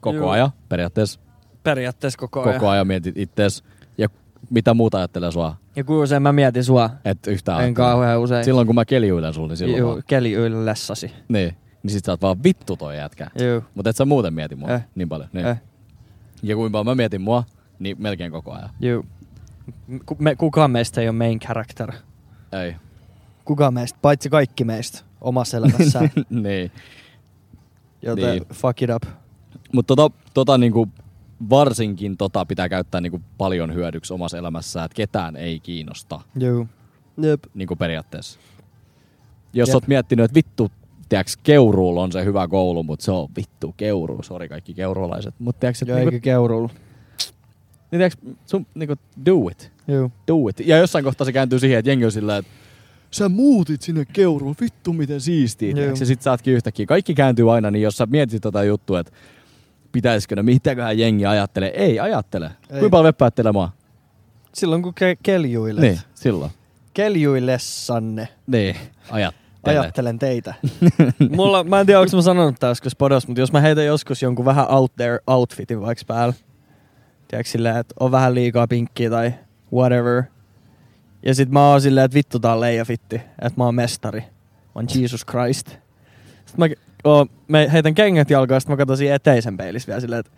E: Koko
B: Juu.
E: ajan, periaatteessa
B: Periaatteessa koko ajan.
E: koko ajan mietit ittees. Ja mitä muuta ajattelee sua,
B: Ja kuinka usein mä mietin sua.
E: et yhtään
B: en
E: ajattele.
B: kauhean usein.
E: Silloin kun mä keliuilen sulle, niin silloin
B: Juu,
E: vaan,
B: keli yllessäsi.
E: niin, niin sit sä oot vaan vittu toi jätkä.
B: Juu.
E: Mutta et sä muuten mieti mua
B: Eh.
E: niin paljon. Niin.
B: Eh.
E: Ja kuinka paljon mä mietin mua, niin melkein koko ajan.
B: Juu. Ku- Me, kukaan meistä ei ole main character.
E: Ei.
C: Kuka meistä, paitsi kaikki meistä omassa elämässään,
E: niin.
C: joten niin.
E: Niin.
C: fuck it up.
E: Mutta tota, tota niinku, varsinkin tota pitää käyttää niinku paljon hyödyksi omassa elämässään, että ketään ei kiinnosta
C: Juu.
F: Jep.
E: niinku periaatteessa. Jos
C: Jep.
E: Jep. oot miettinyt, että vittu, tiiäks, Keuruulla on se hyvä koulu, mutta se on vittu Keuruu, sori kaikki keurulaiset. Mutta tiiäks,
C: Ja
E: että
C: eikä
E: niinku,
C: niin, keurulla.
E: niin tiiäks, sun niinku do it.
C: Juu.
E: do it. Ja jossain kohtaa se kääntyy siihen, että jengi on sillä, että sä muutit sinne keuruun, vittu miten siistiä.
C: Joo.
E: tiiäks. Ja sit sä ootkin yhtäkkiä, kaikki kääntyy aina, niin jos sä mietit tota juttua, että pitäisikö ne, mitäköhän jengi ajattelee. Ei ajattele.
C: Ei.
E: Kuinka paljon veppäättelemaan?
C: Silloin kun ke- keljuilet.
E: Niin, silloin.
C: Keljuillessanne.
E: Niin, ajattele.
C: Ajattelen teitä.
B: Mulla, mä en tiedä, onko mä sanonut tää äsken podos, mutta jos mä heitän joskus jonkun vähän out there outfitin vaikka päällä, tiedätkö silleen, että on vähän liikaa pinkkiä tai whatever, ja sit mä oon silleen, että vittu tää on leijafitti, että mä oon mestari, mä oon Jesus Christ. Sitten mä, oon, mä heitän kengät jalkaan, sit mä katson siinä eteisen peilissä vielä silleen, että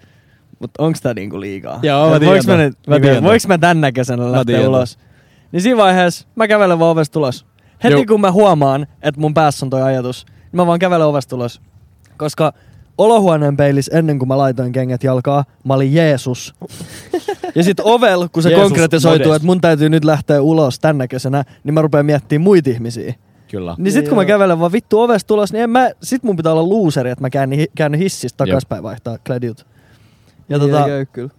B: mutta onks tää niinku liikaa?
E: Joo, mä
B: Et voiks mä,
E: tiedän.
B: nyt,
E: Mä tiedän.
B: voiks mä tän näköisenä lähteä
E: tiedän.
B: ulos? Niin siinä vaiheessa mä kävelen vaan ovesta ulos. Heti
E: Joo.
B: kun mä huomaan, että mun päässä on toi ajatus, niin mä vaan kävelen ovesta ulos. Koska olohuoneen peilis ennen kuin mä laitoin kengät jalkaa, mä olin Jeesus. ja sit ovel, kun se
E: Jeesus
B: konkretisoituu,
E: modest.
B: että mun täytyy nyt lähteä ulos tän näköisenä, niin mä rupean miettimään muita ihmisiä.
E: Kyllä.
B: Niin sit kun mä kävelen vaan vittu ovesta tulos, niin en mä, sit mun pitää olla luuseri, että mä käänny, käänny hissistä
E: Jep.
B: takaspäin vaihtaa klädjut. Ja
F: Niin
B: tota,
F: ei käy kyllä.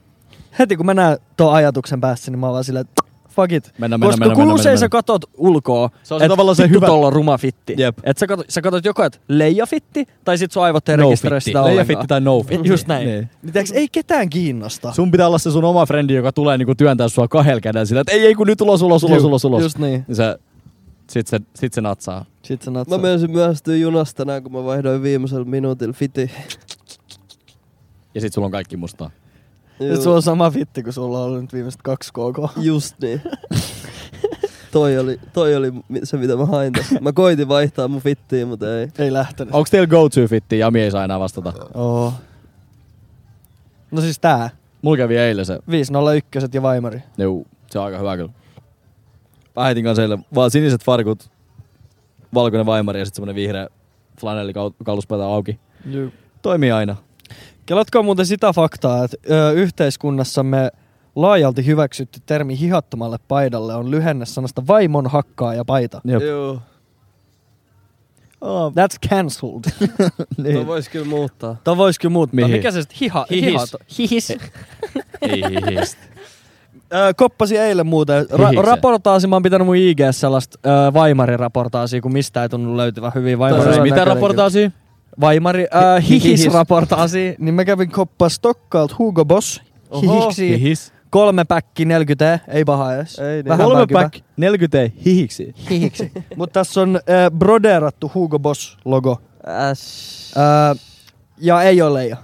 B: heti kun mä näen tuon ajatuksen päässä, niin mä oon vaan silleen, että fuck it.
E: Mennä, mennä,
B: Koska
E: mennä,
B: kun
E: mennä,
B: usein
E: mennä,
B: sä katot ulkoa,
E: Se on se tavallaan se
B: vittu
E: hyvä-
B: tolla on ruma fitti.
E: Jep.
B: Et sä katot, sä katot joko, että leijafitti, tai sit sun aivot ei rekisteröi sitä
E: Leija
B: ollenkaan.
E: fitti tai no fitti.
B: Just näin.
E: Niin.
C: Niin tiiäks, ei ketään kiinnosta.
E: Sun pitää olla se sun oma frendi, joka tulee niinku työntää sua kahdella kädellä sillä, että ei, ei kun nyt ulos, ulos, ulos,
C: Juu,
E: ulos, ulos.
C: Just niin.
E: Niin se, sit se, sit se natsaa.
C: Sit sä
F: Mä
C: natsaat.
F: menisin myöhästyä junasta tänään, kun mä vaihdoin viimeisellä minuutilla fiti.
E: Ja sit sulla on kaikki mustaa.
C: Nyt sulla on sama fitti, kun sulla on ollut nyt viimeiset kaksi koko.
F: Just niin. toi, oli, toi oli mi- se, mitä mä hain tässä. Mä koitin vaihtaa mun fittiin, mutta ei.
C: Ei lähtenyt.
E: Onko teillä go-to-fitti? Jami ei saa enää vastata.
C: Oo. No siis tää.
E: Mulla kävi eilen se.
C: 501 ja Vaimari.
E: Juu, se on aika hyvä kyllä. Äitin kanssa eilen vaan siniset farkut, valkoinen vaimari ja sitten semmonen vihreä flanelli kau- kauluspäätä auki.
C: Juu.
E: Toimii aina.
C: Kelatkaa muuten sitä faktaa, että ö, yhteiskunnassamme laajalti hyväksytty termi hihattomalle paidalle on lyhenne sanasta vaimon hakkaa ja paita.
E: Jep.
F: Joo.
C: Oh. That's cancelled.
F: Toi
B: Niin.
F: No vois kyllä muuttaa.
B: Tämä voisi kyllä muuttaa.
E: Mihin?
B: No Mikä se sitten? Hiha,
C: Hihis.
B: hihato- Hihis.
E: Ei hihistä.
C: Ö, Koppasin eilen muuten.
E: Hihikse.
B: Ra- raportaasi, mä oon pitänyt mun IG sellaista ö, Vaimari-raportaasia, kun mistä ei tunnu löytyvän hyvin
C: Tässä
B: Vaimari.
C: on
E: Mitä
C: näköinen
E: raportaasi?
B: Vaimari, ö,
C: Hihis.
B: hihis-raportaasi.
C: Niin mä kävin koppaa Stokkaalta Hugo Boss.
B: Oho.
C: Hihiksi.
E: Hihis.
C: Kolme päkki 40, ei paha edes.
F: Ei niin.
C: Vähän
E: Kolme
C: päkyvä.
E: pack 40 hihiksi.
C: Hihiksi. Mutta tässä on äh, brodeerattu Hugo Boss logo.
F: Äs.
C: Äh, ja ei ole leija.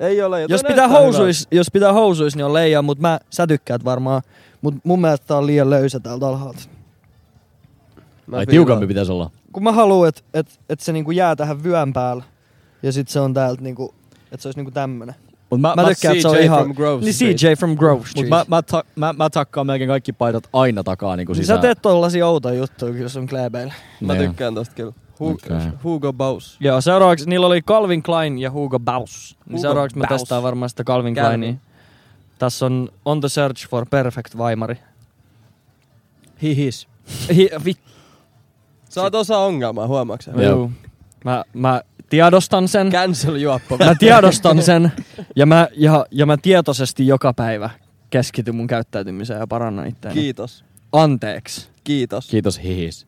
F: Ei ole. ja
C: Jos
F: toi
C: pitää,
F: näyttää
C: housuis, jos pitää housuis, niin on leija, mutta mä, sä tykkäät varmaan. Mutta mun mielestä tää on liian löysä täältä alhaalta.
F: hyvältä. Mä fiilaan.
E: Ai tiukampi pitäisi olla.
C: Kun mä haluan, että et, et se niinku jää tähän vyön päällä. Ja sit se on täältä niinku, että se olisi niinku tämmönen.
E: Mut
C: Mä tykkään, että se on
E: CJ
C: ihan...
F: from Grove
C: niin
F: Street.
C: CJ from Grove Street.
E: Mut mä, mä, ta- mä, mä takkaan melkein kaikki paidat aina takaa niinku
C: Niin Sä
E: sisään. Niin.
C: teet tollasia outoja juttuja, jos on kläbeillä.
F: Mä
E: Joo.
F: tykkään tosta kyllä. Hugo,
E: Okei.
F: Hugo Baus.
B: Joo, seuraavaksi niillä oli Calvin Klein ja Hugo Baus. Niin
F: Hugo
B: seuraavaksi me
F: Baus.
B: testaan varmaan sitä Calvin
F: Kärmi.
B: Kleinia. Tässä on On the Search for Perfect Vaimari.
F: Hihis.
B: Hi, vit,
F: Sä oot osa ongelmaa, huomaatko
E: Joo.
B: juu. Mä, mä tiedostan sen.
F: Cancel juoppo.
B: Mä tiedostan sen. Ja mä, ja, ja mä tietoisesti joka päivä keskityn mun käyttäytymiseen ja parannan itseäni.
F: Kiitos.
B: Anteeksi.
F: Kiitos.
E: Kiitos hihis.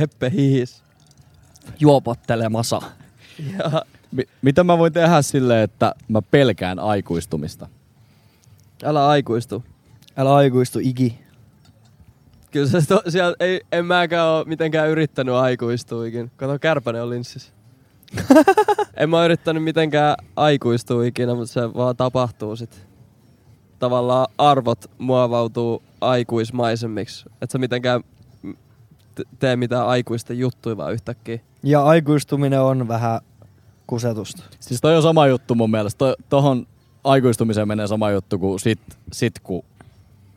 F: Veppe hihis.
B: Juopottelemasa.
F: Ja
E: Mi- mitä mä voin tehdä sille, että mä pelkään aikuistumista?
F: älä aikuistu.
C: Älä aikuistu iki.
F: Kyllä se to, siellä ei, en mäkään oo mitenkään yrittänyt aikuistua ikinä. Kato, Kärpänen on linssissä. en mä oo yrittänyt mitenkään aikuistua ikinä, mutta se vaan tapahtuu sit. Tavallaan arvot muovautuu aikuismaisemmiksi. Et sä mitenkään m- te- tee mitään aikuisten juttuja vaan yhtäkkiä.
C: Ja aikuistuminen on vähän kusetusta.
E: Siis toi on sama juttu mun mielestä. To- tohon aikuistumiseen menee sama juttu kuin sit, sit ku,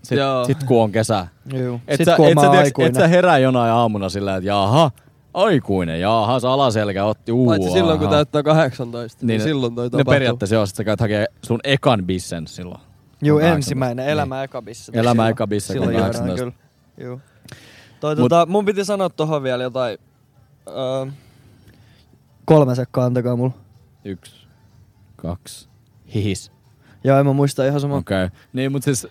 E: sit,
F: Joo.
E: sit ku on kesä.
C: Joo.
E: Et
C: Sit
E: sä,
C: kun
E: et, sä,
C: mä
E: tiiäks, et sä
C: aikuinen.
E: herää jonain aamuna sillä, että jaha, aikuinen, jaha, se alaselkä otti uua.
F: Paitsi silloin, kun täyttää 18. Niin,
E: ne-
F: silloin toi
E: Ne
F: tapahtuu.
E: periaatteessa joo, sit sä käyt hakee sun ekan bissen silloin.
C: Joo,
E: on kahdeksantoista.
C: ensimmäinen. Elämä eka bissa.
B: Niin.
E: Elämä eka bissen, kun
C: Silloin
E: on
C: juodaan
E: 18.
C: kyllä. Joo. Toi, tota, mun piti sanoa tohon vielä jotain. Öö, kolme sekkaa antakaa mulla.
E: Yksi, kaksi, hihis.
C: Joo, en mä muista ihan sama.
E: Okei. Okay. Niin, mutta siis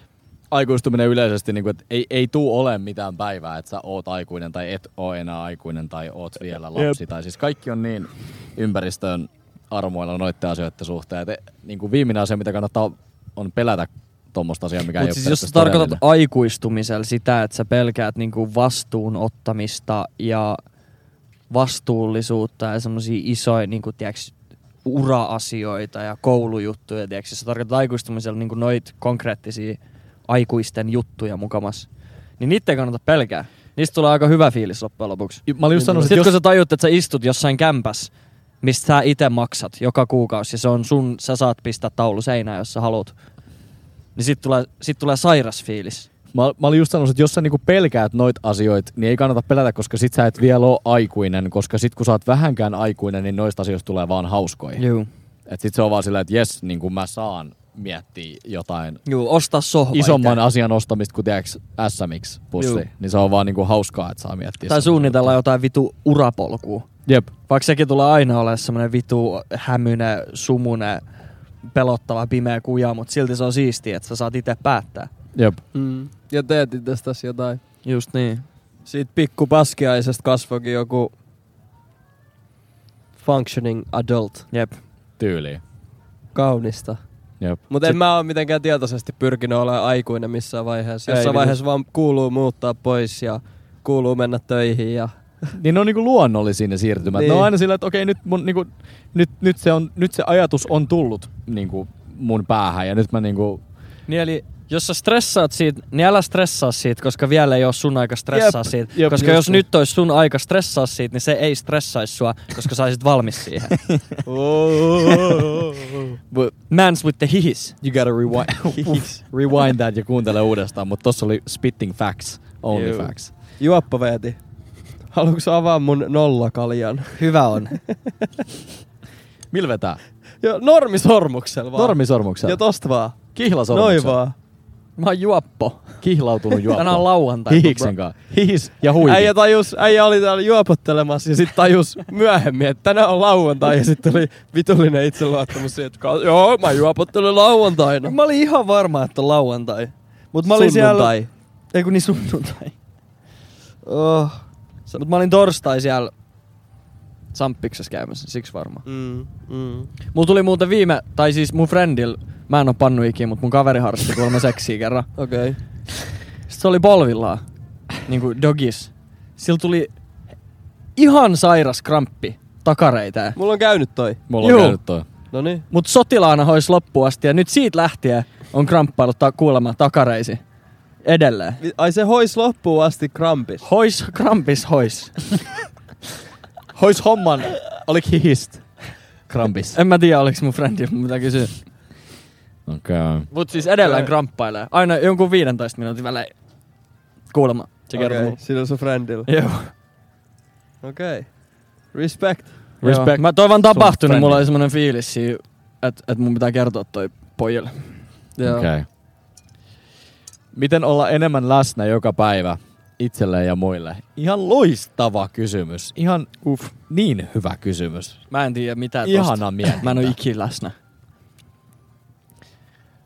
E: aikuistuminen yleisesti, niin kuin, että ei, ei tuu ole mitään päivää, että sä oot aikuinen tai et oo enää aikuinen tai oot vielä lapsi. Tai siis kaikki on niin ympäristön armoilla noiden asioiden suhteen. Että niin kuin viimeinen asia, mitä kannattaa on pelätä tuommoista asiaa, mikä ei
B: Mut
E: ole
B: siis jos sä
E: periaatteessa
B: tarkoitat
E: todellinen.
B: aikuistumisella sitä, että sä pelkäät niinku vastuun ottamista ja vastuullisuutta ja semmoisia isoja niinku, tiiäks, ura-asioita ja koulujuttuja, tiiäks, jos sä tarkoitat aikuistumisella niinku noit konkreettisia aikuisten juttuja mukamas, niin niitä ei kannata pelkää. Niistä tulee aika hyvä fiilis loppujen lopuksi.
E: Mä
F: Niin,
E: olin just sanonut,
B: Sitten
E: että
B: Niin, jos... kun
E: jos...
B: sä tajut, että sä istut jossain kämpäs, mistä sä itse maksat joka kuukausi, ja se on sun, sä saat pistää taulu seinään, jos sä haluat, niin sit tulee, sit tulee sairas fiilis.
E: Mä, mä olin just sanonut, että jos sä niinku pelkäät noita asioita, niin ei kannata pelätä, koska sit sä et vielä ole aikuinen, koska sit kun sä oot vähänkään aikuinen, niin noista asioista tulee vaan hauskoja.
F: Niin.
B: Juu.
E: Et sit se on vaan silleen, että jes, niin kuin mä saan miettiä jotain
B: Juu, ostaa sohva
E: isomman
B: ite.
E: asian ostamista kuin tiedäks
B: Juu.
E: SMX-pussi. Niin se on vaan niinku hauskaa, että saa
B: Tai
E: miettiä. semmoista
B: suunnitella
E: juttua.
B: jotain vitu urapolkua.
E: Jep.
B: Vaikka sekin tulee aina olemaan semmoinen vitu hämyne, sumune, pelottava, pimeä kuja, mutta silti se on siistiä, että sä saat itse päättää.
E: Jep.
F: Mm. Ja teet itse tässä jotain.
B: Just niin.
F: Siitä pikku paskiaisesta kasvoikin joku functioning adult.
B: Jep.
E: Tyyliin.
F: Kaunista.
E: Jep.
F: Mutta en mä oo mitenkään tietoisesti pyrkinyt olemaan aikuinen missään vaiheessa.
B: Ei
F: Jossain
B: niin.
F: vaiheessa vaan kuuluu muuttaa pois ja kuuluu mennä töihin ja
E: Niin ne on niinku luonnollisia ne siirtymät. Niin. Ne
F: Niin.
E: on aina sillä, että okei, nyt, mun, niinku, nyt, nyt, se on, nyt se ajatus on tullut niinku, mun päähän ja nyt mä niinku...
B: Niin eli jos sä stressaat siitä, niin älä stressaa siitä, koska vielä ei ole sun aika stressaa
E: Jep,
B: siitä.
E: jep,
B: Jep, koska
E: just
B: jos
E: niin.
B: nyt olisi sun aika stressaa siitä, niin se ei stressaisi sua, koska sä olisit valmis siihen.
E: But
B: Mans with the hihis.
E: you gotta rewind, rewind that ja kuuntele uudestaan, mutta tossa oli spitting facts, only
F: Juu.
E: facts.
F: juoppa veeti. Haluatko sä avaa mun nollakaljan?
C: Hyvä on.
E: Millä vetää?
F: Joo, normisormuksella vaan.
E: Normisormuksella.
F: Ja tosta vaan.
E: Kihlasormuksella.
F: Noin vaan.
B: Mä oon juoppo.
E: Kihlautunut juoppo.
B: Tänään on lauantai.
E: Hihiksen kanssa. Hihis ja huivi.
F: Äijä, tajus, äijä oli täällä juopottelemassa ja sitten tajus myöhemmin, että tänään on lauantai ja sitten oli vitullinen itseluottamus siihen, että ka- joo, mä juopottelen lauantaina.
C: Mä olin ihan varma, että on lauantai. Mut mä olin siellä...
F: Sunnuntai.
C: Ei kun niin sunnuntai. Oh. Mut mä olin torstai siellä Samppiksessa käymässä, siksi varmaan.
F: Mm, mm.
B: Mulla tuli muuten viime, tai siis mun friendil, Mä en oo pannu ikinä, mutta mun kaveri harrasti kuulemma seksiä kerran.
F: Okei. Okay.
B: Sitten se oli polvillaan. Niinku dogis. Sillä tuli ihan sairas kramppi takareiteen.
F: Mulla on käynyt toi.
E: Mulla on
B: Juu.
E: käynyt toi.
F: No niin.
B: Mut sotilaana hois loppuun asti ja nyt siitä lähtien on kramppailut ta- kuulemma takareisi. Edelleen.
F: Ai se hois loppuun asti krampis.
B: Hois, krampis, hois.
E: Hois homman, oliko hihist? Krampis.
B: En mä tiedä, oliks mun frendi, mitä kysyä.
E: Okei. Okay.
B: Mut siis edelleen kramppailee. Aina jonkun 15 minuutin välein. Kuulemma. Se kertoo
F: Okei,
B: mulle.
F: Siinä on sun friendillä.
B: Joo.
F: Okei. Okay. Respect.
E: Respect.
B: Joo. Mä toivon tapahtunut,
E: friendille.
B: mulla oli semmonen fiilis siinä, että et mun pitää kertoa toi pojille.
E: Okei. Okay. Miten olla enemmän läsnä joka päivä itselleen ja muille? Ihan loistava kysymys. Ihan Uff. niin hyvä kysymys.
B: Mä en tiedä mitä tosta.
E: Ihana mietintä.
B: Mä en oo ikinä läsnä.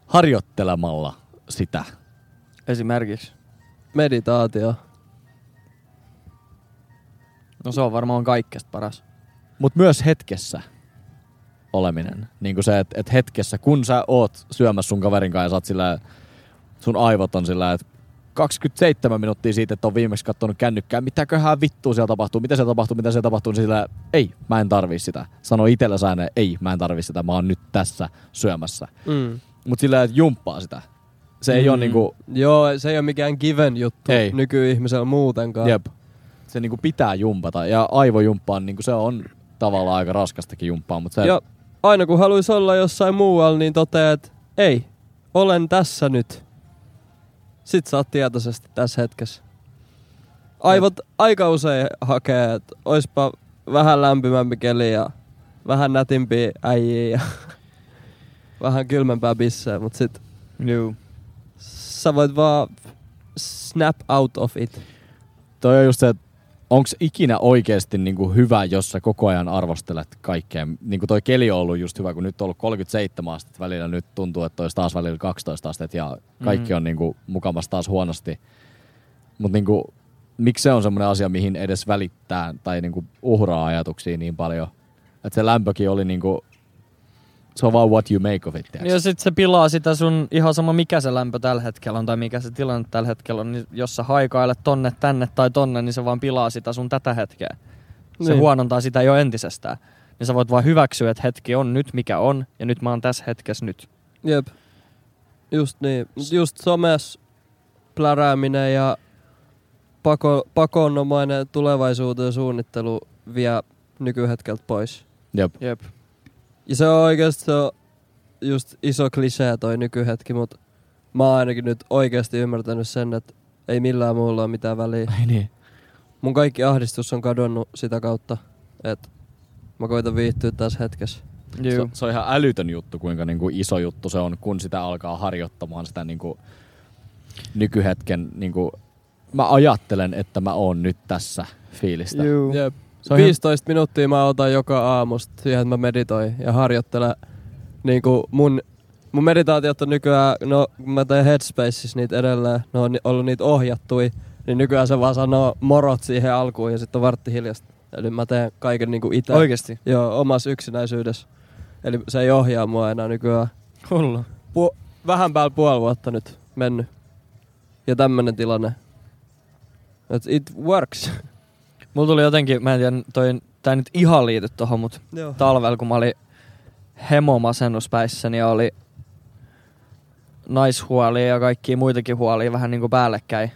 E: Harjoittelemalla sitä.
B: Esimerkiksi.
F: Meditaatio.
B: No se on varmaan kaikkesta paras.
E: Mutta myös hetkessä oleminen. Niin kuin se, että et hetkessä, kun sä oot syömässä sun kaverin kanssa ja sä oot sillä, sun aivot on sillä, että 27 minuuttia siitä, että on viimeksi katsonut kännykkää, mitäköhän vittua siellä tapahtuu, mitä siellä tapahtuu, mitä siellä tapahtuu, niin sillä ei, mä en tarvii sitä. Sano itsellä säännä, ei, mä en tarvii sitä, mä oon nyt tässä syömässä.
F: Mm.
E: Mutta sillä, että jumppaa sitä. Se ei mm. ole niinku,
F: Joo, se ei ole mikään given juttu
E: Ei.
F: nykyihmisellä muutenkaan.
E: jep, se niinku pitää jumpata ja aivojumppa on, niinku, se on tavallaan aika raskastakin jumppaa, mutta se,
F: Ja aina kun haluaisi olla jossain muualla, niin toteaa, että ei, olen tässä nyt. Sit sä oot tietoisesti tässä hetkessä. Aivot aika usein hakee, että oispa vähän lämpimämpi keli ja vähän nätimpi äijiä ja vähän kylmempää bisseä, mut sit
B: Joo.
F: sä voit vaan snap out of it.
E: toi on just se, että onko ikinä oikeasti niinku hyvä, jos sä koko ajan arvostelet kaikkea. Niinku toi keli on ollut just hyvä, kun nyt on ollut 37 astetta välillä, nyt tuntuu, että olisi taas välillä 12 astetta ja kaikki mm. on niinku mukamassa taas huonosti. Mutta niinku, miksi se on semmoinen asia, mihin edes välittää tai niinku uhraa ajatuksia niin paljon? Että se lämpökin oli niinku, se on vaan what you make of it. tiiäks?
B: Ja sit se pilaa sitä sun ihan sama mikä se lämpö tällä hetkellä on tai mikä se tilanne tällä hetkellä on, niin jos sä haikailet tonne, tänne tai tonne, niin se vaan pilaa sitä sun tätä hetkeä. Se
F: Niin.
B: huonontaa sitä jo entisestään. Niin sä voit vaan hyväksyä, että hetki on nyt mikä on ja nyt mä oon tässä hetkessä nyt.
F: Jep. Just niin. Mut Just somes plärääminen ja pako, pakonomainen tulevaisuuteen suunnittelu vie nykyhetkeltä pois.
E: Jep.
B: Jep.
F: Ja se on oikeasti se on just iso klisee toi nykyhetki, mutta mä oon ainakin nyt oikeasti ymmärtänyt sen, että ei millään muulla ole mitään väliä.
E: Ai niin.
F: Mun kaikki ahdistus on kadonnut sitä kautta, että mä koitan viihtyä tässä hetkessä.
E: Se, se on ihan älytön juttu, kuinka niinku iso juttu se on, kun sitä alkaa harjoittamaan sitä niinku nykyhetken. Niinku, mä ajattelen, että mä oon nyt tässä fiilistä.
B: Juu.
F: Jep.
E: Se on
F: 15 minuuttia mä otan joka aamusta siihen, että mä meditoin ja harjoittelen niin kuin mun, mun meditaatiot on nykyään, no mä teen Headspaces niitä edelleen, ne on ni- ollut niitä ohjattui, niin nykyään se vaan sanoo morot siihen alkuun ja sitten on vartti hiljasta. Eli mä teen kaiken niin kuin itse.
B: Oikeesti.
F: Joo, omassa yksinäisyydessä. Eli se ei ohjaa mua enää nykyään.
B: Hullu.
F: Pu- vähän päällä puoli vuotta nyt mennyt. Ja tämmönen tilanne. Et it works.
B: Mulla tuli jotenkin, mä en tiedä, toi, tää ei nyt ihan liity tohon, mut
F: Joo.
B: talvella, kun mä olin hemomasennuspäissäni ja oli naishuolia ja kaikkia muitakin huolia vähän niinku päällekkäin,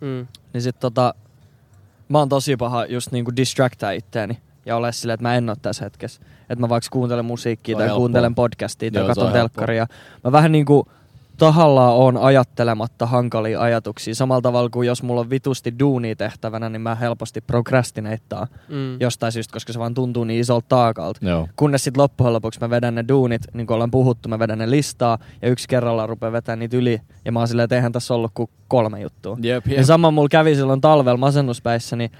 F: Mm.
B: niin sit tota, mä oon tosi paha just niinku distractaa itteeni ja ole silleen, että mä en oo tässä hetkessä. Että mä vaikka kuuntelen musiikkia
E: Se on
B: tai
E: helppoa.
B: kuuntelen podcastia tai
E: Joo, se on
B: katson
E: helppoa.
B: telkkaria. Mä vähän niinku tahallaan oon ajattelematta hankalia ajatuksia. Samalla tavalla kuin jos mulla on vitusti duunia tehtävänä, niin mä helposti prokrastineittaa
F: Mm.
B: jostain syystä, koska se vaan tuntuu niin isolta taakalta.
E: Joo.
B: Kunnes sitten loppujen lopuksi mä vedän ne duunit, niin kuin ollaan puhuttu, mä vedän ne listaa ja yksi kerrallaan rupeaa vetämään niitä yli. Ja mä oon silleen, että eihän tässä ollut kuin kolme juttua.
E: Jep,
B: Ja sama mulla kävi silloin talvella masennuspäissä, niin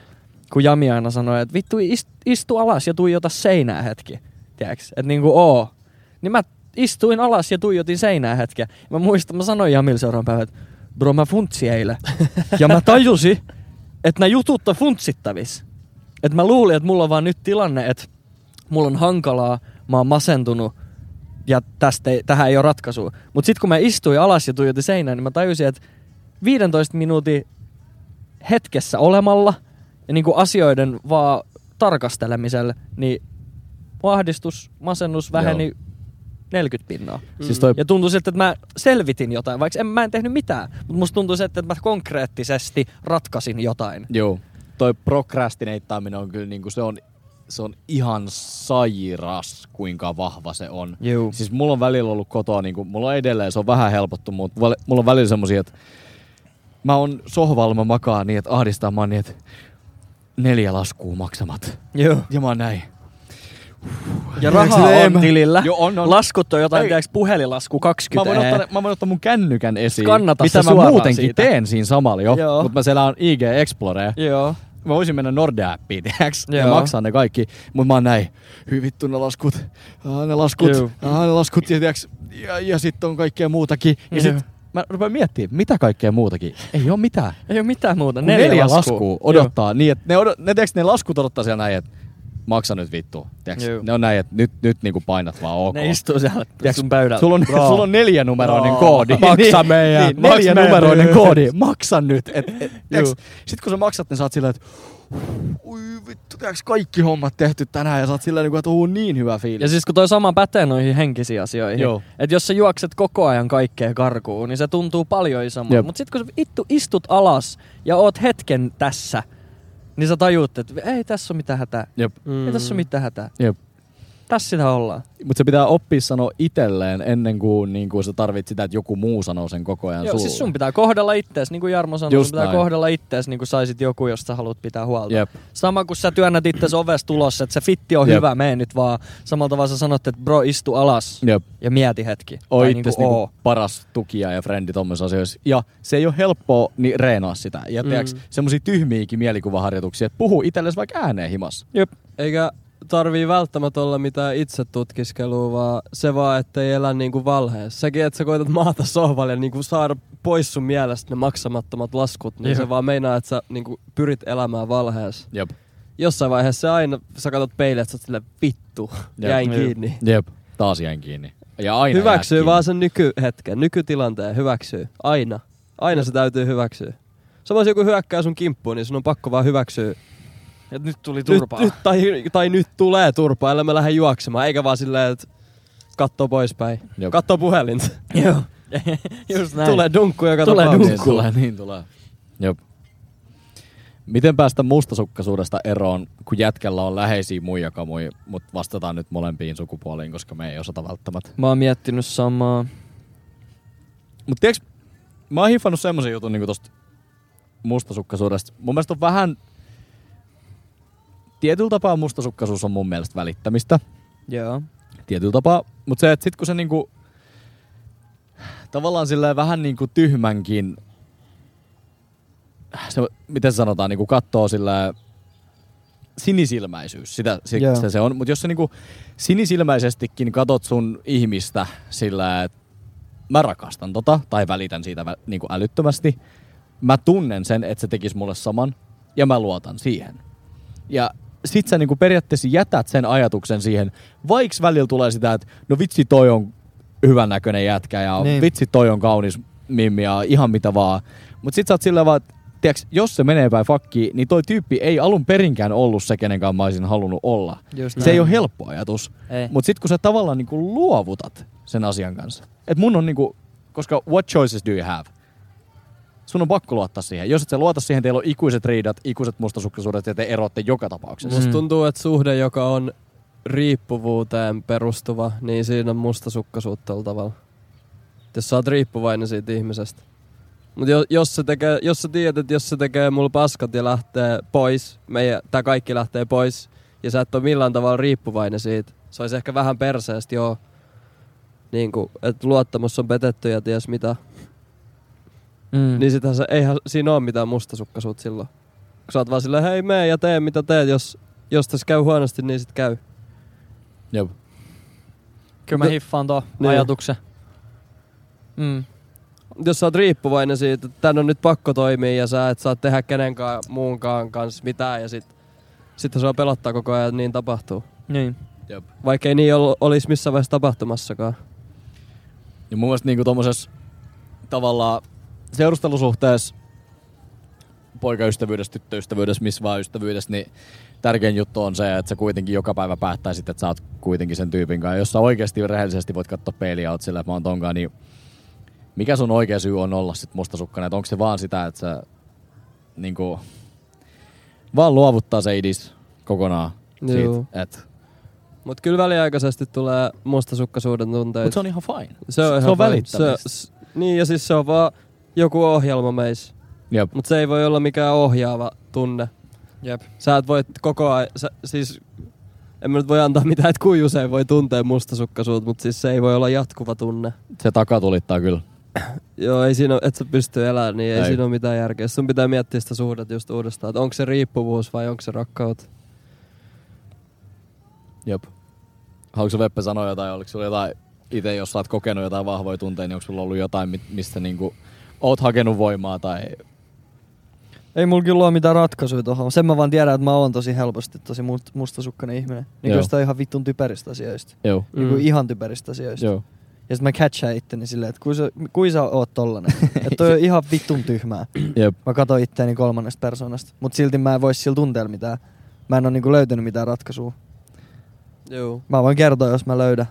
B: kun Jami aina sanoi, että vittu ist, istu alas ja tuijota seinää hetki. Tiedäks? Että niinku oo. Niin mä istuin alas ja tuijotin seinää hetkeä. Mä muistan, mä sanoin Jamille seuraavan päivän, että bro mä funtsi eilen. ja mä tajusin, että nämä jutut on funtsittavis. Että mä luulin, että mulla on vaan nyt tilanne, että mulla on hankalaa, mä oon masentunut,
C: ja tästä ei, tähän ei ole ratkaisua. Mutta sitten kun mä istuin alas ja tuijotin seinään, niin mä tajusin, että 15 minuutin hetkessä olemalla ja niinku asioiden vaan tarkastelemisella, niin ahdistus, masennus väheni Joo. 40 pinnaa.
E: Siis toi-
C: niin- Ja tuntui siltä, että mä selvitin jotain, vaikka en, mä en tehnyt mitään. Mutta musta tuntui siltä, että mä konkreettisesti ratkaisin jotain.
E: Joo. Toi prokrastineittaaminen on kyllä niinku, se on, se on ihan sairas, kuinka vahva se on.
C: Juu.
E: Siis mulla on välillä ollut kotoa, niinku, mulla on edelleen, se on vähän helpottu, mutta väl- mulla on välillä semmosia, että mä oon sohvalla, mä makaan niin, että ahdistaa, mä oon niin, että neljä laskua maksamat.
C: Joo.
E: Ja mä oon näin.
C: Ja
E: Tiedätkö,
C: rahaa
E: silleen,
C: on
E: en mä-
C: tilillä.
E: Joo, on, on.
C: Laskut on jotain,
E: Ei.
C: tiedäks, puhelilasku
E: Mä
C: 20
E: voin,
C: euroa.
E: ottaa, ne- mä voin ottaa mun kännykän esiin,
C: Skannata
E: mitä
C: se
E: mä
C: suoraan
E: muutenkin
C: siitä.
E: teen siinä samalla jo,
C: Joo.
E: mutta mä selään IG Explorea.
C: Joo.
E: mä voisin mennä Nordea-appiin, tiiäks, ja
C: Joo.
E: maksaa ne kaikki, mutta mä oon näin, hyvin vittu ne laskut, aa, ne
C: Juu.
E: laskut, aa, ne laskut, ja, tiiäks, ja, ja sit on kaikkea muutakin, ja sit
C: Joo.
E: mä rupean miettimään, mitä kaikkea muutakin, ei oo mitään.
C: Ei ole mitään muuta.
E: Kun neljä, neljä laskua,
C: laskua
E: odottaa, niin että ne, odot, ne, tiiäks, ne laskut odottaa siellä näin, että maksa nyt vittu, tiiäks,
C: Joo.
E: ne on näin, että nyt, nyt niinku painat vaan ok.
C: Joo. Ne istuu siellä
E: Tiiäks,
C: sun pöydällä. Mm.
E: Sulla on, sulla on neljänumeroinen
C: Joo.
E: koodi.
B: Maksa meidän.
E: Niin,
B: Maksa
E: neljänumeroinen
B: meidän.
E: koodi. Maksa nyt. Et, et, tiiäks,
C: Juu.
E: sit kun sä maksat, niin sä oot sillä, että ui vittu, tiiäks, kaikki hommat tehty tänään ja sä oot sillä, niinku, että uu niin hyvä
C: Ja
E: fiilis.
C: siis kun toi sama pätee noihin henkisiin asioihin,
E: Joo.
C: että jos sä juokset koko ajan kaikkea karkuun, niin se tuntuu paljon isommalta.
E: Jep.
C: Mutta sitten kun sä ittu, istut alas ja oot hetken tässä, niin sä tajuut, että ei tässä ole mitään hätää.
E: Jep.
C: Mm. Ei tässä ole mitään hätää.
E: Jep.
C: Tässä sitä ollaan.
E: Mutta se pitää oppia sanoa itselleen ennen kuin, niin kuin sä tarvit sitä, että joku muu sanoo sen koko ajan
C: Joo,
E: sulle.
C: siis sun pitää kohdella ittees, niin kuin Jarmo sanoi,
E: Just
C: sun pitää
E: näin.
C: kohdella ittees, niin kuin saisit joku, josta haluat pitää huolta.
E: Jep.
C: Sama kun sä työnnät ittees ovesta ulos, että se fitti on
E: Jep.
C: hyvä, mene nyt vaan. Samalla tavalla sä sanot, että bro, istu alas
E: Jep.
C: ja mieti hetki.
E: Oi
C: Tai
E: itse
C: niinku,
E: niinku
C: oo.
E: paras tukija ja frendi tommosissa asioissa. Ja se ei ole helppoa niin reenaa sitä. Ja mm. tiiäks, semmosia tyhmiäkin mielikuvaharjoituksia, että puhu itsellesi vaikka ääneen himassa.
C: Jep.
F: Eikä tarvii välttämättä olla mitään itse tutkiskelua, vaan se vaan, ettei elä niinku valheessa. Säkin, että sä koetat maata sohvalle ja niinku saada pois sun mielestä ne maksamattomat laskut, niin
C: Joo.
F: se vaan meinaa, että sä niinku pyrit elämään valheessa.
E: Jep.
F: Jossain vaiheessa se aina, sä katsot peiliä, että sä oot silleen, vittu,
E: Jep.
F: jäin
E: Jep.
F: kiinni.
E: Jep. Taas jäin kiinni. Ja aina jää
F: Hyväksyy
E: kiinni.
F: vaan sen nykyhetken, nykytilanteen, hyväksyy. Aina. Aina se täytyy hyväksyä. Samoin jos joku hyökkää sun kimppuun, niin sun on pakko vaan hyväksyä.
C: Et nyt tuli
F: Nyt,
C: turpaa.
F: nyt, tai, tai nyt tulee turpaa, ellei me lähde juoksemaan. Eikä vaan silleen, että katso poispäin.
E: Jep.
F: Katso puhelinta.
C: Joo. Just näin.
F: Tulee dunkku joka
C: Tulee
F: tapauksessa.
E: Niin tulee, niin tulee. Jep. Miten päästä mustasukkaisuudesta eroon, kun jätkellä on läheisiä muijakamuja, mutta vastataan nyt molempiin sukupuoliin, koska me ei osata välttämättä.
C: Mä oon miettinyt samaa.
E: Mutta tiiäks, mä oon hiffannut semmoisen jutun niinku tosta mustasukkaisuudesta. Mun mielestä on vähän... Tietyllä tapaa mustasukkaisuus on mun mielestä välittämistä.
C: Joo.
E: tietyllä tapaa. Mutta se, että sit kun se niinku, tavallaan silleen vähän niinku tyhmänkin, se, miten se sanotaan, niinku kattoo sillä sinisilmäisyys, sitä, se,
C: Joo.
E: sitä se on. Mutta jos sä niinku sinisilmäisestikin katot sun ihmistä sillä, että mä rakastan tota tai välitän siitä vä, niinku älyttömästi, mä tunnen sen, että se tekisi mulle saman ja mä luotan siihen. Ja sit sä niinku periaatteessa jätät sen ajatuksen siihen, vaikka välillä tulee sitä, että no vitsi toi on hyvännäköinen jätkä ja
H: Niin.
E: niin. vitsi toi on kaunis mimmi ja ihan mitä vaan. Mut sit sä oot sillä vaan, että tiiäks, jos se menee päin fakkiin, niin toi tyyppi ei alun perinkään ollut se, kenen kanssa mä olisin halunnut olla.
C: Just
E: Se ei
C: näin.
E: ole helppo ajatus.
C: Ei.
E: Mutta sitten kun sä tavallaan niinku luovutat sen asian kanssa. Et mun on niinku, koska what choices do you have? Sun on pakko luottaa siihen. Jos et sä luota siihen, teillä on ikuiset riidat, ikuiset mustasukkaisuudet ja te eroatte joka tapauksessa.
F: Musta
C: Mm.
F: tuntuu, että suhde, joka on riippuvuuteen perustuva, niin siinä on mustasukkaisuutta tällä tavalla. Jos sä oot riippuvainen siitä ihmisestä. Mutta jos, jos, se tekee, jos sä tiedät, että jos se tekee mulla paskat ja lähtee pois, meidän, tää kaikki lähtee pois, ja sä et ole millään tavalla riippuvainen siitä, se olisi ehkä vähän perseestä, joo. Niin kuin, että luottamus on petetty ja ties mitä.
C: Mm.
F: Niin sitähän se, eihän siinä ole mitään mustasukkaisuutta silloin. Kun sä oot vaan silleen, hei mene ja tee mitä teet, jos, jos tässä käy huonosti, niin sit käy.
E: Jep.
C: Kyllä mä hiffaan tuon
F: Niin.
C: ajatuksen. Mm.
F: Jos sä oot riippuvainen siitä, että tän on nyt pakko toimia ja sä et saa tehdä kenenkään muunkaan kanssa mitään ja sit, sitten se on pelottaa koko ajan, että niin tapahtuu.
C: Niin.
E: Jep.
F: Vaikka ei niin ol, olisi missään vaiheessa tapahtumassakaan.
E: Ja mun mielestä niinku tommosessa tavallaan seurustelusuhteessa, poikaystävyydessä, tyttöystävyydessä, missä vaan ystävyydessä, niin tärkein juttu on se, että sä kuitenkin joka päivä päättäisit, että sä oot kuitenkin sen tyypin kanssa. Jos sä oikeasti rehellisesti voit katsoa peiliä, oot sillä, että mä oon tonkaan, niin mikä sun oikea syy on olla sit mustasukkainen? Onko se vaan sitä, että sä niinku, vaan luovuttaa se idis kokonaan
F: Joo.
E: siitä, että...
F: Mutta kyllä väliaikaisesti tulee mustasukkaisuuden tunteita.
E: Mutta se on ihan fine.
F: se on,
E: se on
F: fine.
E: välittämistä.
F: Se, s- niin ja siis se on vaan joku ohjelma meissä.
E: Jep.
F: Mutta se ei voi olla mikään ohjaava tunne.
C: Jep.
F: Sä et voi koko ajan, sä, siis en mä nyt voi antaa mitään, että kuin usein voi tuntea mustasukkaisuutta, mutta siis se ei voi olla jatkuva tunne.
E: Se takatulittaa kyllä.
F: Joo, ei siinä, et sä pysty elämään, niin ei,
E: Ei.
F: ei. siinä ole mitään järkeä. Sun pitää miettiä sitä suhdetta just uudestaan, että onko se riippuvuus vai onko se rakkaut.
E: Jep. Haluatko sä, Veppe sanoa jotain, oliko sulla jotain, itse jos sä oot kokenut jotain vahvoja tunteita, niin onko sulla ollut jotain, mi- mistä niinku oot hakenut voimaa tai...
C: Ei mulla kyllä ole mitään ratkaisuja tuohon. Sen mä vaan tiedän, että mä oon tosi helposti tosi must- mustasukkainen ihminen. Niin
E: Joo.
C: kyllä sitä ihan vittun typeristä asioista.
E: Joo.
C: Mm. Niin
F: Mm.
C: kuin ihan typeristä asioista.
E: Joo.
C: Ja sit mä catchaan itteni silleen, että kui sä, kui sä oot tollanen. että toi on ihan vittun tyhmää.
E: Jep.
C: Mä katsoin itteeni kolmannesta persoonasta. Mut silti mä en voi sillä tunteella mitään. Mä en oo niinku löytänyt mitään ratkaisua.
F: Joo.
C: Mä voin kertoa, jos mä löydän.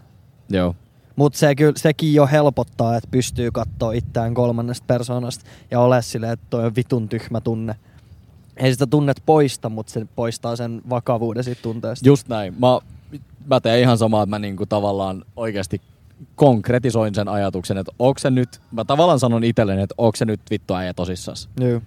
E: Joo.
C: Mutta se kyllä, sekin jo helpottaa, että pystyy katsoa itseään kolmannesta persoonasta ja ole silleen, että toi on vitun tyhmä tunne. Ei sitä tunnet poista, mutta se poistaa sen vakavuuden siitä tunteesta.
E: Just näin. Mä, mä teen ihan samaa, että mä niinku tavallaan oikeasti konkretisoin sen ajatuksen, että onko se nyt, mä tavallaan sanon itselleni, että onko se nyt vittu äijä tosissas.
C: Joo.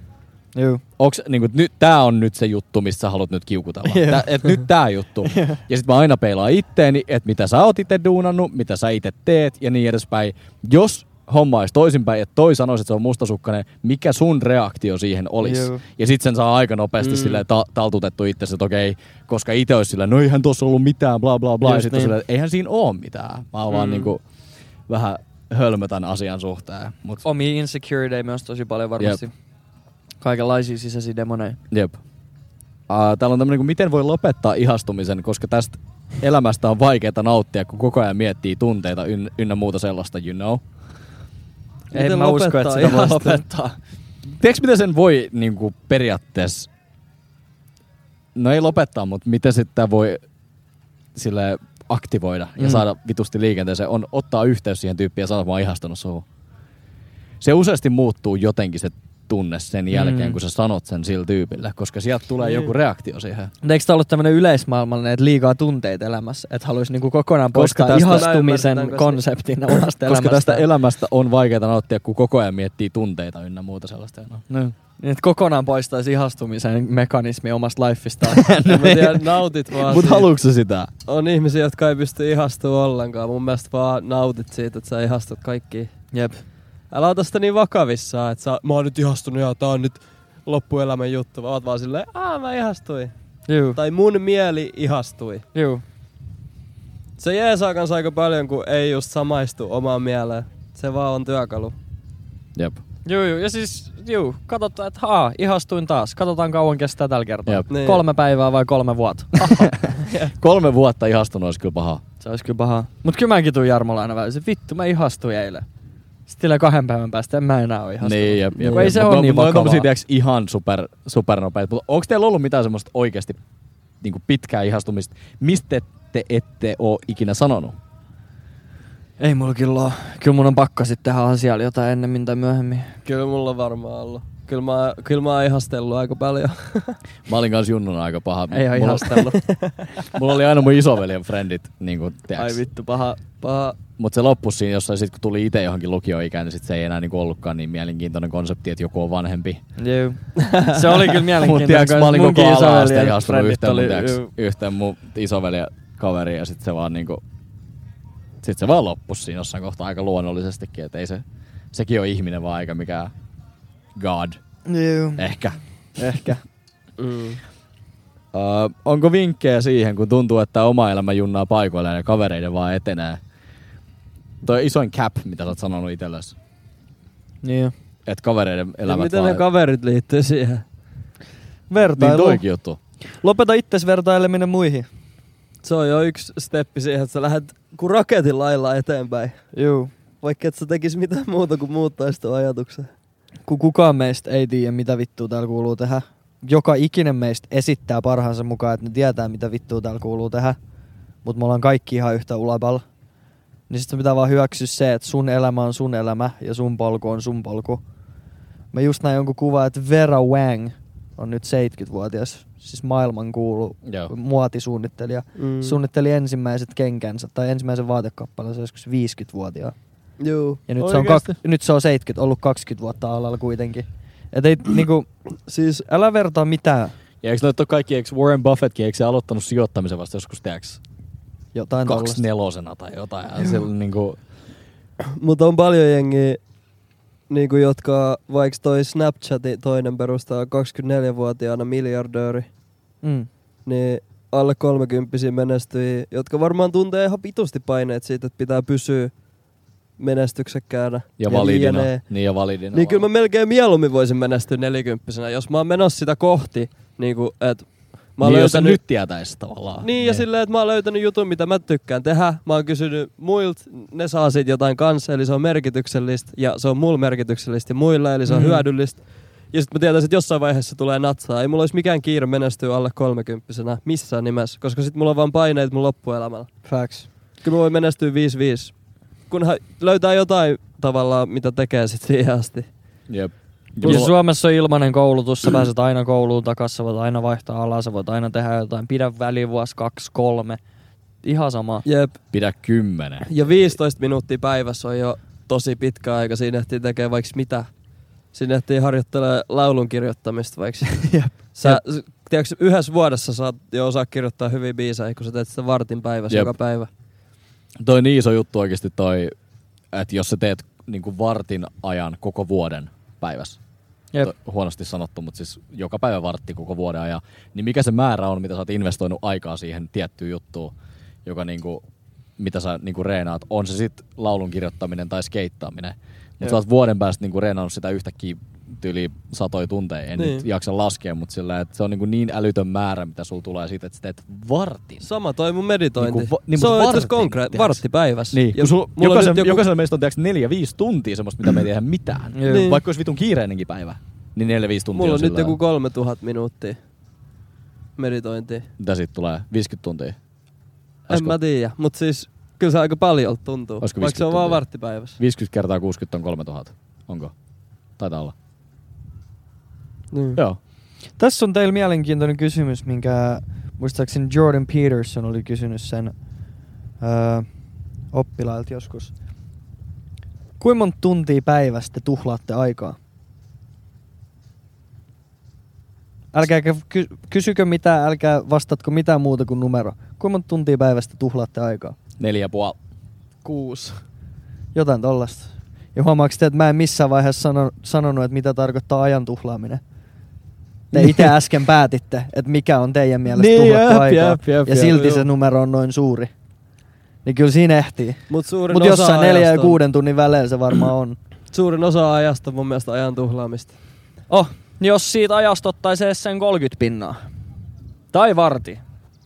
C: Joo.
E: Onks, niinku, nyt, tää on nyt se juttu, mistä sä haluat nyt kiukutella.
C: Joo.
E: Tää, et nyt tää juttu. Ja sit mä aina peilaan itteeni, että mitä sä oot itse duunannut, mitä sä itse teet ja niin edespäin. Jos homma olisi toisinpäin, että toi sanoisi, että se on mustasukkainen, mikä sun reaktio siihen olisi?
C: Joo.
E: Ja sit sen saa aika nopeasti mm. sille ta- taltutettu itsensä, että okei, koska itse olisi sillä, no eihän tossa ollut mitään, bla bla bla. ja
F: Just
E: sit niin.
F: niin.
E: sillä, eihän siinä oo mitään. Mä oon mm. vaan
F: Mm.
E: niinku vähän hölmötän asian suhteen. Mut,
B: Omi insecurity myös tosi paljon varmasti. Jep. Kaikenlaisia sisäisiä demoneja.
E: Jep. Uh, täällä on tämmöinen, miten voi lopettaa ihastumisen, koska tästä elämästä on vaikeaa nauttia, kun koko ajan miettii tunteita yn, ynnä muuta sellaista, you know.
C: En mä usko, että sitä voi
E: lopettaa. Tiedätkö, miten sen voi niin kuin periaatteessa, no ei lopettaa, mutta miten sitä voi sille aktivoida ja
C: Mm.
E: saada vitusti liikenteeseen, on ottaa yhteys siihen tyyppiin ja sanoa, että mä oon ihastunut suhun. Se useasti muuttuu jotenkin se tunne sen jälkeen, mm. Niin.
C: Mm.
E: kun sä sanot sen sillä tyypillä, koska sieltä tulee joku reaktio siihen.
C: Mutta eikö tämä ollut tämmöinen yleismaailmallinen, että liikaa tunteita elämässä, että haluaisi niinku kokonaan
E: Koska
C: poistaa
E: tästä-
C: ihastumisen
F: Mä ymmärrän,
C: konseptin omasta
E: Koska
C: elämästä?
E: tästä elämästä on vaikeaa nauttia, kun koko ajan miettii tunteita ynnä muuta sellaista. No.
C: no. niin, että kokonaan poistaisi ihastumisen mekanismi omasta lifeistaan.
F: En mä tiedä, nautit vaan
E: Mut
F: siitä.
E: haluatko sä sitä?
F: On ihmisiä, jotka ei pysty ihastumaan ollenkaan. Mun mielestä vaan nautit siitä, että sä ihastut kaikkiin.
C: Jep.
F: Älä ota sitä niin vakavissaan, että sä, mä oon nyt ihastunut ja tää on nyt loppuelämän juttu. Vaan oot vaan silleen, aah mä ihastuin.
C: Juu.
F: Tai mun mieli ihastui.
C: Juu.
F: Se jeesaa kanssa aika paljon, kun ei just samaistu omaan mieleen. Se vaan on työkalu.
E: Jep.
B: Juu, juu. Ja siis, juu, katsotaan, että haa, ihastuin taas. Katsotaan kauan kestää tällä kertaa.
E: Jep.
F: Niin.
B: Kolme päivää vai kolme vuotta?
E: Kolme vuotta ihastunut olisi kyllä paha.
B: Se olisi kyllä paha. Mut kyllä mäkin tuun Jarmolla aina välissä. Vittu, mä ihastuin eilen. Sitten kahden päivän päästä en mä enää ole ihastunut.
E: Niin, jep, jep,
B: Kun ei se
E: Mut
B: ole
E: no-
B: niin
E: mut ne on
B: vakavaa.
E: tommosia, tiiäks, ihan super, supernopeita. Mutta onko teillä ollut mitään semmoista oikeasti niin pitkää ihastumista, mistä te ette ole ikinä sanonut?
C: Ei mulla kyllä ole. Kyllä mun on pakko sitten tehdä asialle jotain ennemmin tai myöhemmin.
F: Kyllä mulla on varmaan ollut. Kyllä mä, kyllä mä oon ihastellut aika paljon.
E: Mä olin kanssa junnuna aika paha.
B: Ei ole
E: mulla,
B: ihastellut.
E: mulla oli aina mun isoveljen frendit, niin kuin,
F: Ai vittu, paha, paha.
E: Mutta se loppui siinä jossain, sit kun tuli itse johonkin lukioikään, niin sit se ei enää niinku ollutkaan niin mielenkiintoinen konsepti, että joku on vanhempi.
C: Juu. Se oli kyllä
E: Mutta tiiäks,
C: mielenkiintoinen.
E: mä olin koko
C: Munkin
E: ala-aste
C: isoveljen
E: ihastunut
C: frendit
E: yhteen,
C: oli-
E: mun, tiiäks,
C: juu.
E: yhteen mun isoveljen kaveriin ja sit se vaan niinku... Sit se vaan loppui siinä jossain kohtaa aika luonnollisestikin, että ei se... Sekin on ihminen vaan eikä mikään god,
C: Juu.
E: ehkä.
C: Ehkä.
F: Mm.
E: Öö, onko vinkkejä siihen, kun tuntuu, että oma elämä junnaa paikoilleen ja kavereiden vaan etenee? Toi isoin cap, mitä sä oot sanonut itsellesi.
C: Niin.
E: Että kavereiden
F: Ja
E: elämät
F: miten
E: vaan...
F: ne kaverit liittyy siihen?
E: niin
C: Vertailu.
E: toikin juttu.
C: Lopeta itses vertaileminen muihin.
F: Se on jo yksi steppi siihen, että sä lähdet kuin raketin lailla eteenpäin.
C: Juu.
F: Vaikka et sä tekis mitään muuta kuin muuttaisi tuon ajatuksen.
C: Kun kukaan meistä ei tiedä, mitä vittua täällä kuuluu tehdä. Joka ikinen meistä esittää parhaansa mukaan, että ne tietää, mitä vittua täällä kuuluu tehdä. Mutta me ollaan kaikki ihan yhtä ulapalla. Niin sitten pitää vaan hyväksyä se, että sun elämä on sun elämä ja sun polku on sun polku. Mä just näin jonkun kuva, että Vera Wang on nyt 70-vuotias, siis maailman kuulu
E: Joo.
C: muotisuunnittelija.
F: Mm.
C: Suunnitteli ensimmäiset kenkänsä tai ensimmäisen vaatekappaleensa joskus 50-vuotiaana.
F: Juu.
C: Ja nyt se, on kak,
F: Oikeesti?
C: nyt se on 70, ollut 20 vuotta alalla kuitenkin. Et ei, niinku, siis älä vertaa mitään
E: Ja eikö noita ole kaikki, eikö Warren Buffettkin, eikö se aloittanut sijoittamisen vasta joskus, tiedäks,
C: jotain
E: kaksi
C: tollasta.
E: nelosena tai jotain. Ja silloin niinku,
F: Mutta on paljon jengiä, niinku, jotka vaikka toi Snapchati toinen perustaa 24-vuotiaana miljardööri,
C: Mm.
F: niin alle 30 menestyi, jotka varmaan tuntee ihan pitusti paineet siitä, että pitää pysyä menestyksekkäänä.
E: ja validina.
F: jne.
E: Niin ja validina.
F: Niin kyllä
E: vaan.
F: mä melkein mieluummin voisin menestyä nelikymppisenä, jos mä oon menossa sitä kohti, niin kuin, että mä oon
E: niin, jos sä
F: löytänyt...
E: nyt tietäis tavallaan.
F: Niin, ja silleen, että mä oon löytänyt jutun, mitä mä tykkään tehdä. Mä oon kysynyt muilta, ne saa siitä jotain kanssa, eli se on merkityksellistä, ja se on mulla merkityksellistä ja muilla, eli se on
C: Mhm.
F: hyödyllistä. Ja sitten mä tiedän, että jossain vaiheessa tulee natsaa. Ei mulla olisi mikään kiire menestyä alle kolmekymppisenä missään nimessä, koska sitten mulla on vaan paineet mun loppuelämällä.
C: Facts.
F: Kyllä mä voin menestyä 5-5, kunhan löytää jotain tavallaan, mitä tekee sitten siihen asti.
E: Jep.
C: Ja Siis Suomessa on ilmainen koulutus, sä pääset aina kouluun takas, sä voit aina vaihtaa alaa, sä voit aina tehdä jotain, pidä välivuosi, kaksi, kolme. Ihan sama.
F: Jep.
E: Pidä kymmenen.
F: Ja 15 minuuttia päivässä on jo tosi pitkä aika. Siinä ehtii tekee vaikka mitä. Siinä ehtii harjoittelee laulun kirjoittamista vaikka. Sä, tiedätkö, yhdessä vuodessa saat jo osaa kirjoittaa hyvin biisejä, kun sä teet sitä vartin päivässä
E: Jep.
F: joka päivä.
E: Toi on niin iso juttu oikeasti toi, että jos sä teet niinku vartin ajan koko vuoden päivässä.
C: Jep.
E: To- Huonosti sanottu, mutta siis joka päivä vartti koko vuoden ajan. Niin mikä se määrä on, mitä sä oot investoinut aikaa siihen tiettyyn juttuun, joka niinku, mitä sä niinku reenaat. On se sitten laulun kirjoittaminen tai skeittaaminen. Mutta
C: Jep.
E: sä oot vuoden päästä niinku reenannut sitä yhtäkkiä yli satoi tunteja. En
F: Niin.
E: niin. nyt jaksa laskea, mutta sillä, että se on niinku niin älytön määrä, mitä sulla tulee siitä, että sä teet vartin.
F: Sama toi mun meditointi.
E: Niinku va- niin,
F: se
E: mut
F: on itse asiassa
E: vartin,
F: konkreettinen.
E: tiedätkö?
F: Vartti päivässä.
E: Niin,
F: Ja
E: kun sulla,
F: mulla on
E: jokaisen,
F: nyt
E: joku... jokaisella meistä on tiedätkö, neljä, viisi tuntia semmoista, mitä me ei tehdä mitään.
C: Juu.
F: Niin.
E: niin. Vaikka olisi vitun kiireinenkin päivä, niin neljä, viisi tuntia
F: Mulla on
E: on
F: nyt
E: sillä
F: joku
E: lailla.
F: 3000 minuuttia meditointia.
E: Mitä siitä tulee? 50 tuntia?
F: En mä tiedä, mutta siis kyllä se aika paljon tuntuu.
E: Olisiko
F: Vaikka se on
E: 50
F: vaan
E: tuntia?
F: varttipäivässä.
E: 50 kertaa 60 on 3000. Onko? Taitaa olla.
F: Niin.
E: Joo.
C: Tässä on teillä mielenkiintoinen kysymys, minkä muistaakseni Jordan Peterson oli kysynyt sen öö, oppilailta joskus. Kuinka monta tuntia päivästä te tuhlaatte aikaa? Älkää ky- kysykö mitään, älkää vastatko mitään muuta kuin numero. Kuinka monta tuntia päivästä tuhlaatte aikaa?
E: Neljä ja puoli.
F: Kuusi.
C: Jotain tollasta. Ja huomaako te, että mä en missään vaiheessa sanon, sanonut, että mitä tarkoittaa ajan tuhlaaminen? Te itse äsken päätitte, että mikä on teidän mielestä
F: Niin,
C: niin, tuhlattu
F: jep,
C: aikaa.
F: jep, jep,
C: ja
F: jep,
C: silti
F: juu.
C: se numero on noin suuri. Niin kyllä siinä ehtii.
F: Mut suurin
C: Mutta
F: osa
C: jossain neljä ja
F: ajasta on-
C: kuuden tunnin välein se varmaan on.
F: Suurin osa ajasta on mun mielestä ajan tuhlaamista.
C: Oh, niin jos siitä ajasta ottaisi edes sen 30 pinnaa. Tai varti.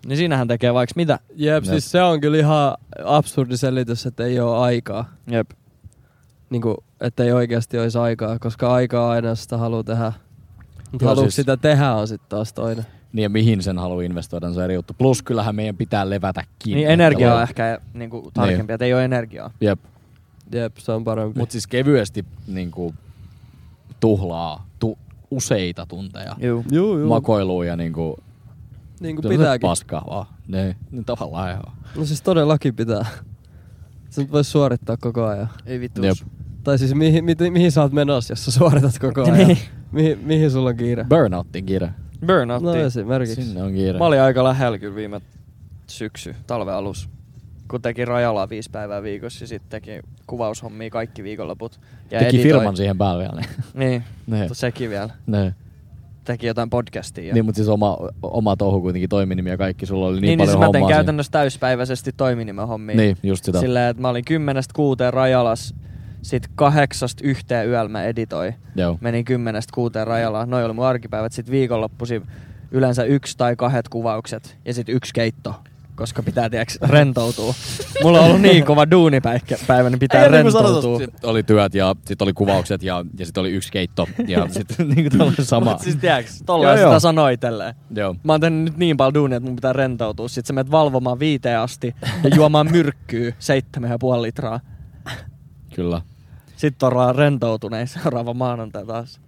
C: Niin siinähän tekee vaikka mitä.
F: Jep, siis se on kyllä ihan absurdi selitys, että ei ole aikaa.
C: Jep.
F: Niinku, että ei oikeasti olisi aikaa, koska aikaa aina jos sitä haluaa tehdä. Mutta
E: Joo,
F: haluatko
E: siis-
F: sitä tehdä on sitten taas toinen.
E: Niin ja mihin sen haluaa investoida, on se eri juttu. Plus kyllähän meidän pitää levätäkin.
C: Niin energia on ehkä niinku, tarkempi, niin. että ei ole energiaa.
E: Jep.
F: Jep, se on parempi.
E: Mut siis kevyesti niinku, tuhlaa tu- useita tunteja.
C: Juu.
F: juu, juu.
E: Makoiluun ja niinku,
F: niin kuin
E: se on se
F: pitääkin.
E: paskaa vaan. Niin, niin tavallaan ihan.
F: No siis todellakin pitää. Sä nyt voisi suorittaa koko ajan.
C: Ei vittu.
E: Jep.
F: Tai siis mihin, mihin, mihin sä oot menossa, jos sä suoritat koko ajan?
C: Niin.
F: mihin, mihin sulla on kiire?
E: Burnoutin kiire.
C: Burnout.
F: No esimerkiksi.
E: Sinne on kiire.
C: Mä olin aika lähellä kyllä viime syksy, talven alus, kun teki rajalla viisi päivää viikossa ja sitten teki kuvaushommia kaikki viikonloput. Ja
E: Teki
C: editoi.
E: firman siihen päälle vielä.
C: Niin,
E: Niin.
C: mutta sekin vielä.
E: ne.
C: Teki jotain podcastia.
E: Niin, mutta siis oma, oma touhu kuitenkin toiminimi ja kaikki, sulla oli niin,
C: niin, niin
E: paljon
C: siis
E: niin,
C: mä
E: hommaa.
C: tein
E: siinä.
C: käytännössä täyspäiväisesti toiminimen hommia.
E: Niin, just sitä.
C: Silleen, että mä olin kymmenestä kuuteen rajalas, sit kahdeksasta yhteen yöllä mä editoin.
E: Joo.
C: Menin kymmenestä kuuteen rajalaan. Noi oli mun arkipäivät. Sitten viikonloppuisin yleensä yksi tai kahdet kuvaukset ja sitten yksi keitto.
B: koska pitää tiiäks, rentoutua. Mulla on ollut niin kova duunipäivä, niin pitää
E: Ei, niin kuin sanotaan,
B: rentoutua.
E: sit oli työt ja sitten oli kuvaukset ja, ja sitten oli yksi keitto ja sitten niinku tällainen sama.
B: Mut siis tiiäks, tolleen
E: Joo,
B: sitä
E: joo.
B: sanoi itselleen.
E: Joo.
B: Mä oon tehnyt nyt niin paljon duunia, että mun pitää rentoutua. Sitten sä menet valvomaan viiteen asti ja juomaan myrkkyä seitsemän ja puoli litraa.
E: Kyllä.
B: Sitten ollaan rentoutuneen seuraava maanantai taas.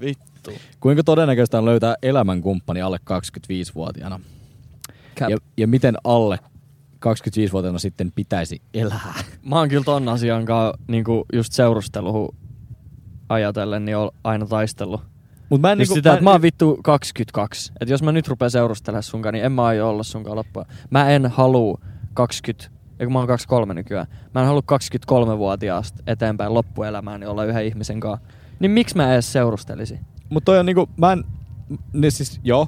B: Vittu.
E: Kuinka todennäköistä on löytää elämänkumppani alle 25-vuotiaana? Ja, ja miten alle 25-vuotiaana sitten pitäisi elää?
B: Mä oon kyllä ton asian kanssa niinku just seurustelu ajatellen, niin oon aina taistellut.
E: Mut mä
B: Just
E: niinku-
B: sitä, että mä oon vittu 22. Että jos mä nyt rupean seurustelemaan sunkaan, niin en mä aio olla sunkaan loppua. Mä en halua 20, eikö mä oon 23 nykyään. Mä en halua 23-vuotiaasta eteenpäin loppuelämääni olla yhden ihmisen kanssa. Niin miksi mä edes seurustelisin?
E: Mut toi on niinku, mä en, niin siis joo,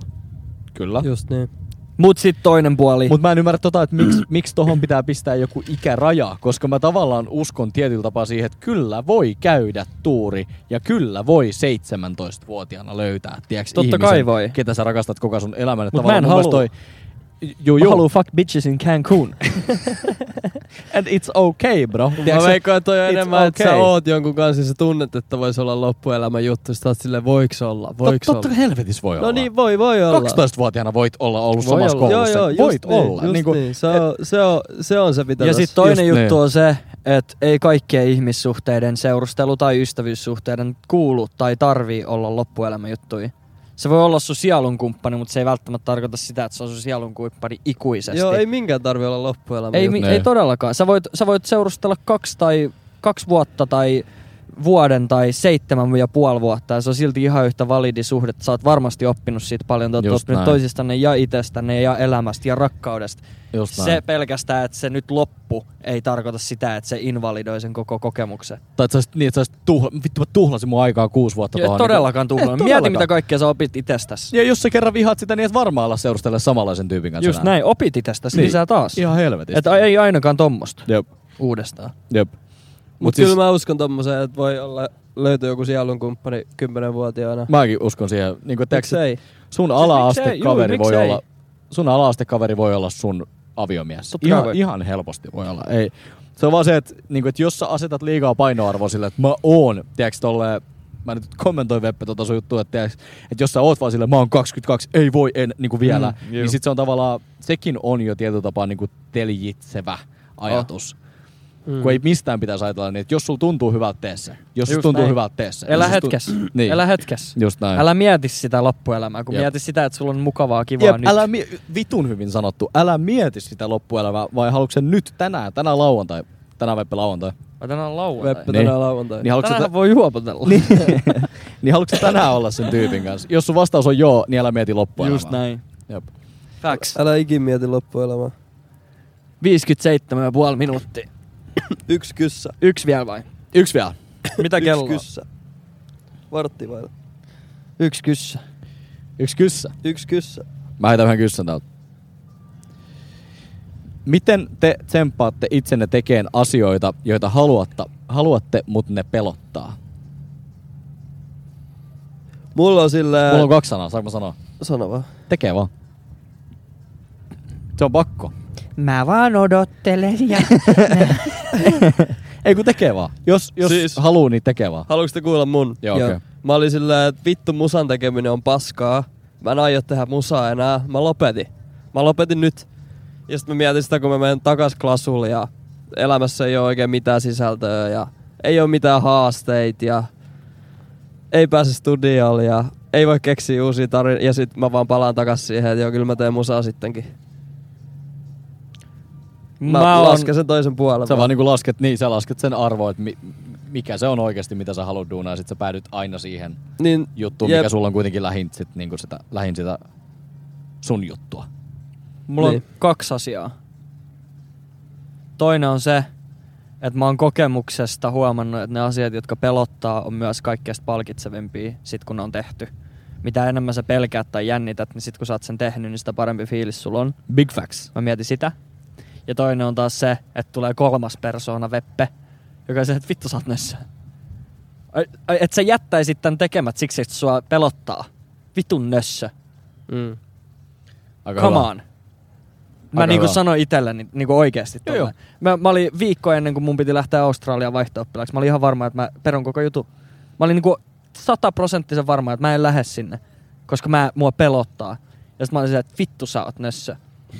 E: kyllä.
F: Just niin.
B: Mut sit toinen puoli.
E: Mut mä en ymmärrä tota, että miksi, miksi tohon pitää pistää joku ikäraja, koska mä tavallaan uskon tietyllä tapaa siihen, että kyllä voi käydä tuuri ja kyllä voi 17-vuotiaana löytää, tiedäks,
B: Totta
E: ihmisen,
B: kai voi.
E: ketä sä rakastat koko sun elämän. Että
B: Mut mä en
E: tavallaan mun
B: halua.
E: mielestä Toi, juu,
B: Mä
E: juu.
B: haluan fuck bitches in Cancun.
E: And it's okay, bro.
F: Mä
E: Tiedätkö,
F: veikkaan, että toi on
E: it's
F: enemmän, okay. että sä
E: okay.
F: oot jonkun kanssa ja sä tunnet, että vois olla loppuelämän juttu. Sä oot silleen, voiks olla, voiks
E: Totta,
F: olla.
E: totta helvetissä voi olla.
F: No niin, voi, voi olla.
E: 12-vuotiaana voit olla ollut
B: Voi
E: samassa
B: olla.
E: koulussa.
F: Joo, joo,
E: voit
F: just niin, Just
E: olla.
F: niin
E: niinku,
F: niin. Se, on, se, on, se on se, mitä
B: Ja
F: tässä-
B: sitten toinen
E: just
B: juttu
E: niin.
B: on se, että ei kaikkien ihmissuhteiden seurustelu tai ystävyyssuhteiden kuulu tai tarvii olla loppuelämän juttuja. Se voi olla sun sielun kumppani, mutta se ei välttämättä tarkoita sitä, että se on sun sielun kumppani ikuisesti.
F: Joo, ei minkään tarvi olla loppuelämä.
B: ei,
F: juttu.
B: mi-
E: Niin.
B: ei todellakaan. Sä voit, sä voit seurustella kaksi, tai, kaksi vuotta tai vuoden tai seitsemän ja puoli vuotta ja se on silti ihan yhtä validi suhde. Sä oot varmasti oppinut siitä paljon. Te ootte
E: Just
B: oppinut
E: näin.
B: toisistanne ja itsestänne ja elämästä ja rakkaudesta.
E: Just
B: Se
E: näin.
B: pelkästään, että se nyt loppu, ei tarkoita sitä, että se invalidoi sen koko kokemuksen.
E: Tai että sä olisit niin, että sä olisit tuhla, vittu mä tuhlasin mun aikaa kuusi vuotta
B: Ja
E: tuohon.
B: et todellakaan
E: niinku-
B: tuhlannut.
E: Et
B: Mieti,
E: todellakaan.
B: mitä kaikkea sä opit itsestäsi.
E: Ja jos sä kerran vihaat sitä, niin et varmaan ala seurustella samanlaisen tyypin kanssa.
B: Just
E: enää.
B: näin, opit itsestäsi
E: Niin.
B: lisää taas.
E: Ihan helvetistä.
B: Että ei ainakaan tommosta
E: Jep,
B: uudestaan.
E: jep.
F: Mut, Mut siis... kyllä mä uskon tommoseen, että voi olla, löytyy joku sielun kumppani 10-vuotiaana.
E: Mäkin uskon siihen. Niin kuin, tiedätkö,
F: Miksei?
E: sun
B: Siis miksei?
E: ala-aste
B: Juu,
E: kaveri voi
B: miksei?
E: olla, sun ala-astekaveri voi olla sun aviomies.
B: Totta kai
E: Ihan,
B: voi.
E: ihan helposti voi olla. Ei. Se on vaan se, että, niin kuin, että jos sä asetat liikaa painoarvoa sille, että mä oon, tiedätkö tolle, mä nyt kommentoin Veppe tota sun juttua, että, tiedätkö, että jos sä oot vaan sille, mä oon 22, ei voi en, niin kuin vielä, mm, niin sit se on tavallaan, sekin on jo tietyllä tapaa niin kuin teljitsevä ajatus. Mm. Kun ei mistään pitäisi ajatella niin, että jos sulla tuntuu hyvältä tee se. Jos
B: Oh. Just
E: susta tuntuu
B: näin.
E: hyvältä tee se.
B: Elä
E: Jos susta tunt-
B: hetkes.
E: Niin.
B: Elä hetkes.
E: Just näin.
B: Älä mieti sitä loppuelämää, kun
E: Jep.
B: mieti sitä, että sulla on mukavaa, kivaa
E: Jep,
B: nyt.
E: älä mie- vitun hyvin sanottu. Älä mieti sitä loppuelämää, vai haluatko sä nyt tänään, tänään lauantai, tänään Veppe lauantai,
B: Mä tänään lauantai.
F: Veppe
E: Niin.
F: tänään lauantai.
E: niin haluatko, sä,
B: Tänään
E: tä-
B: voi juopotella.
E: niin haluatko sä tänään olla sen tyypin kanssa? Jos sun vastaus on joo, niin älä mieti loppuelämää.
B: Just näin.
E: Jep.
B: Facts.
F: Älä ikin mieti loppuelämää.
B: 57,5 minuuttia.
F: Yksi kyssä.
B: Yksi vielä vai?
E: Yksi vielä.
B: Mitä kello on?
F: Yksi kyssä. Vartti vailla.
B: Yksi kyssä.
E: Yksi kyssä.
F: Yksi kyssä.
E: Mä heitän vähän kyssän täältä. Miten te tsemppaatte itsenne tekeen asioita, joita haluatte, haluatte mutta ne pelottaa?
F: Mulla on silleen...
E: Mulla on kaksi sanaa, saanko mä sanoa?
F: Sano vaan.
E: Tekee vaan. Se on pakko.
I: Mä vaan odottelen ja
E: Ei kun tekee vaan. Jos, jos
F: Siis-
E: siis... haluu, niin tekee vaan.
F: Haluatko te kuulla mun?
E: Joo, okei.
F: Mä olin silleen, että vittu musan tekeminen on paskaa. Mä en aio tehdä musaa enää. Mä lopetin. Mä lopetin nyt. Ja sitten mä mietin sitä, kun mä menen takas klasulle ja elämässä ei ole oikein mitään sisältöä ja ei ole mitään haasteita ja ei pääse studiolle ja ei voi keksiä uusia tarinoita. Ja sitten mä vaan palaan takas siihen, että joo, kyllä mä teen musaa sittenkin. Mä, mä lasken sen toisen puolen.
E: Sä vaan niinku lasket, niin sä lasket sen arvoa, että mi, mikä se on oikeasti, mitä sä haluat duunaa, ja sit sä päädyt aina siihen
F: niin,
E: juttuun,
F: jep.
E: mikä sulla on kuitenkin lähin, sit, niinku sitä, lähin sitä sun juttua.
B: Mulla on
F: Niin.
B: kaksi asiaa. Toinen on se, että mä oon kokemuksesta huomannut, että ne asiat, jotka pelottaa, on myös kaikkein palkitsevimpia sit kun ne on tehty. Mitä enemmän sä pelkäät tai jännität, niin sit kun sä oot sen tehnyt, niin sitä parempi fiilis sulla on.
E: Big facts.
B: Mä mietin sitä. Ja toinen on taas se, että tulee kolmas persoona Veppe, joka on se, että vittu sä oot nössä. Ai, ai, et sä jättäisit tän tekemät siksi, että sua pelottaa. Vitun nössö.
F: Mm.
E: Aika
B: Come
E: hyvä.
B: on. Mä
E: Aika
B: niinku
E: hyvä.
B: sanoin itselleni niinku oikeasti
E: Joo, joo.
B: tuolla. Mä, mä olin viikko ennen kuin mun piti lähteä Australiaan vaihto-oppilaaksi. Mä olin ihan varma, että mä perun koko jutu. Mä olin niinku sataprosenttisen varma, että mä en lähde sinne, koska mä, mua pelottaa. Ja sit mä olin silleen, että vittu sä oot nössö.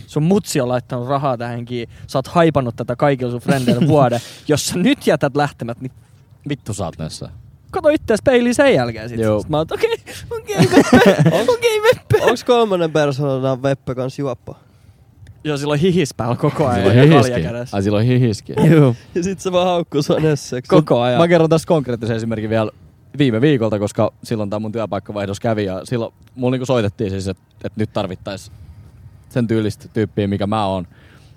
B: Sun mutsi on laittanut rahaa tähänkin. Sä oot haipannut tätä kaikilla sun frendeillä vuoden. Jos sä nyt jätät lähtemät, niin
E: Vittu sä oot näissä.
B: kato itseäsi peiliin sen jälkeen. Sit.
E: Joo.
B: Sit mä oon, että okei, okei, Veppe, okei, Veppe.
F: Onks kolmannen persoonana Veppe kans juoppo?
B: Joo, silloin hihispäällä koko ajan.
E: Silloin
B: ja kalja
E: hihiski.
B: kädessä.
E: Ai silloin hihiski.
C: Joo.
F: Ja sit se vaan haukkuu sua nössöksi.
B: Koko ajan.
E: Mä kerron tässä konkreettisen esimerkin vielä viime viikolta, koska silloin tämä mun työpaikkavaihdos kävi ja silloin mulla niinku soitettiin siis, että et nyt tarvittaisiin sen tyylistä tyyppiä, mikä mä oon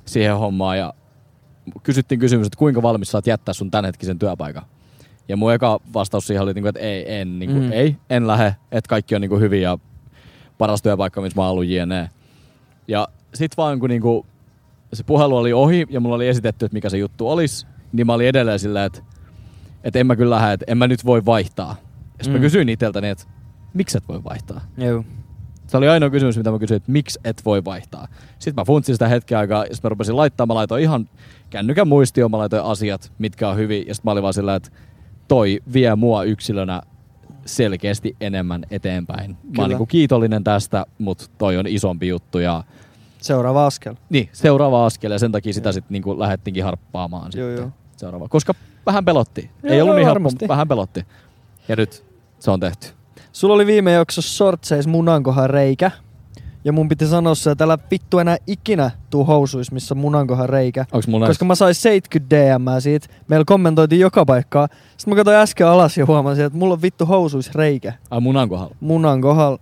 E: siihen hommaan ja kysyttiin kysymys, että kuinka valmis sä oot jättää sun tämänhetkisen työpaikan. Ja mun eka vastaus siihen oli, niinku, että ei, en, niinku,
B: Mm.
E: mm. ei, en lähde, että kaikki on niinku hyviä ja paras työpaikka, missä mä oon ollut jne. Ja sit vaan kun niinku, se puhelu oli ohi ja mulla oli esitetty, että mikä se juttu olisi, niin mä olin edelleen silleen, että että en mä kyllä lähde, että en mä nyt voi vaihtaa. Ja sit mä
B: Mm.
E: kysyin iteltäni, että miksi et voi vaihtaa?
B: Joo.
E: Se oli ainoa kysymys, mitä mä kysyin, että miksi et voi vaihtaa. Sitten mä funtsin sitä hetken aikaa, ja sit mä rupesin laittaa, mä laitoin ihan kännykän muistioon, mä laitoin asiat, mitkä on hyvin, ja sitten mä olin vaan sillä, että toi vie mua yksilönä selkeästi enemmän eteenpäin. Mä
C: Kyllä.
E: oon niinku kiitollinen tästä, mutta toi on isompi juttu, ja
C: Seuraava askel.
E: niin, seuraava askel, ja sen takia sitä sitten niinku lähdettiinkin harppaamaan
C: Joo,
E: sitten.
C: joo.
E: Seuraava. Koska vähän pelotti.
B: Joo,
E: Ei ollut niin helppo,
B: varmasti.
E: mutta vähän pelotti. Ja nyt se on tehty.
C: Sulla oli viime jaksossa sortseis munankohan reikä. Ja mun piti sanoa se, että älä vittu enää ikinä tuu housuis, missä on munankohan reikä.
E: Onks mulla
C: Koska mä sain 70 DM siitä. Meillä kommentoitiin joka paikkaa. Sitten mä katsoin äsken alas ja huomasin, että mulla on vittu housuis reikä
E: Ai munan kohdalla.
C: munan kohdalla.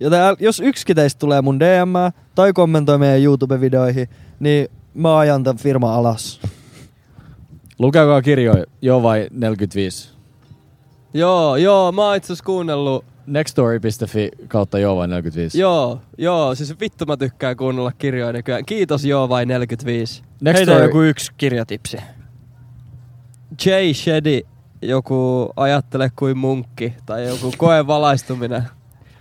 C: Joten äl- jos yksikin teistä tulee mun DM tai kommentoi meidän YouTube-videoihin, niin mä ajan tämän firman alas.
E: Lukekaa kirjoja. Joo vai 45.
F: Joo, joo, mä oon itse asiassa kuunnellut.
E: Nextstory.fi kautta joo vai 45.
F: Joo, joo, siis vittu mä tykkään kuunnella kirjoja nykyään. Kiitos joo vai 45.
B: Heitä
E: Nextstory.
B: joku yksi kirjatipsi.
F: Jay Shedi, joku ajattele kuin munkki tai joku koe valaistuminen.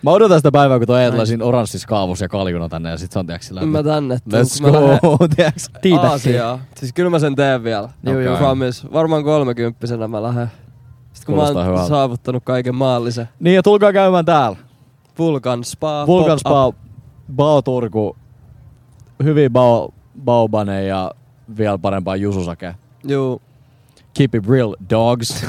E: Mä odotan sitä päivää, kun toi ajatellaan siinä oranssissa kaavussa ja kaljuna tänne ja sit se on tiiäks
F: Mä tänne tuun,
E: Let's
F: kun mä lähden
E: go, tiiäks.
F: Aasiaan. Siis kyllä mä sen teen vielä.
E: Joo, joo.
F: Promise. Varmaan kolmekymppisenä mä lähden. Sitten kun
E: Kuulostaa
F: mä oon
E: hyvältä.
F: saavuttanut kaiken maallisen.
E: Niin ja tulkaa käymään täällä.
F: Vulkan Spa.
E: Vulkan
F: pop-up.
E: Spa, Bao Turku, hyvin Bao, Baobane ja vielä parempaa Jususake.
F: Juu.
E: Keep it real, dogs.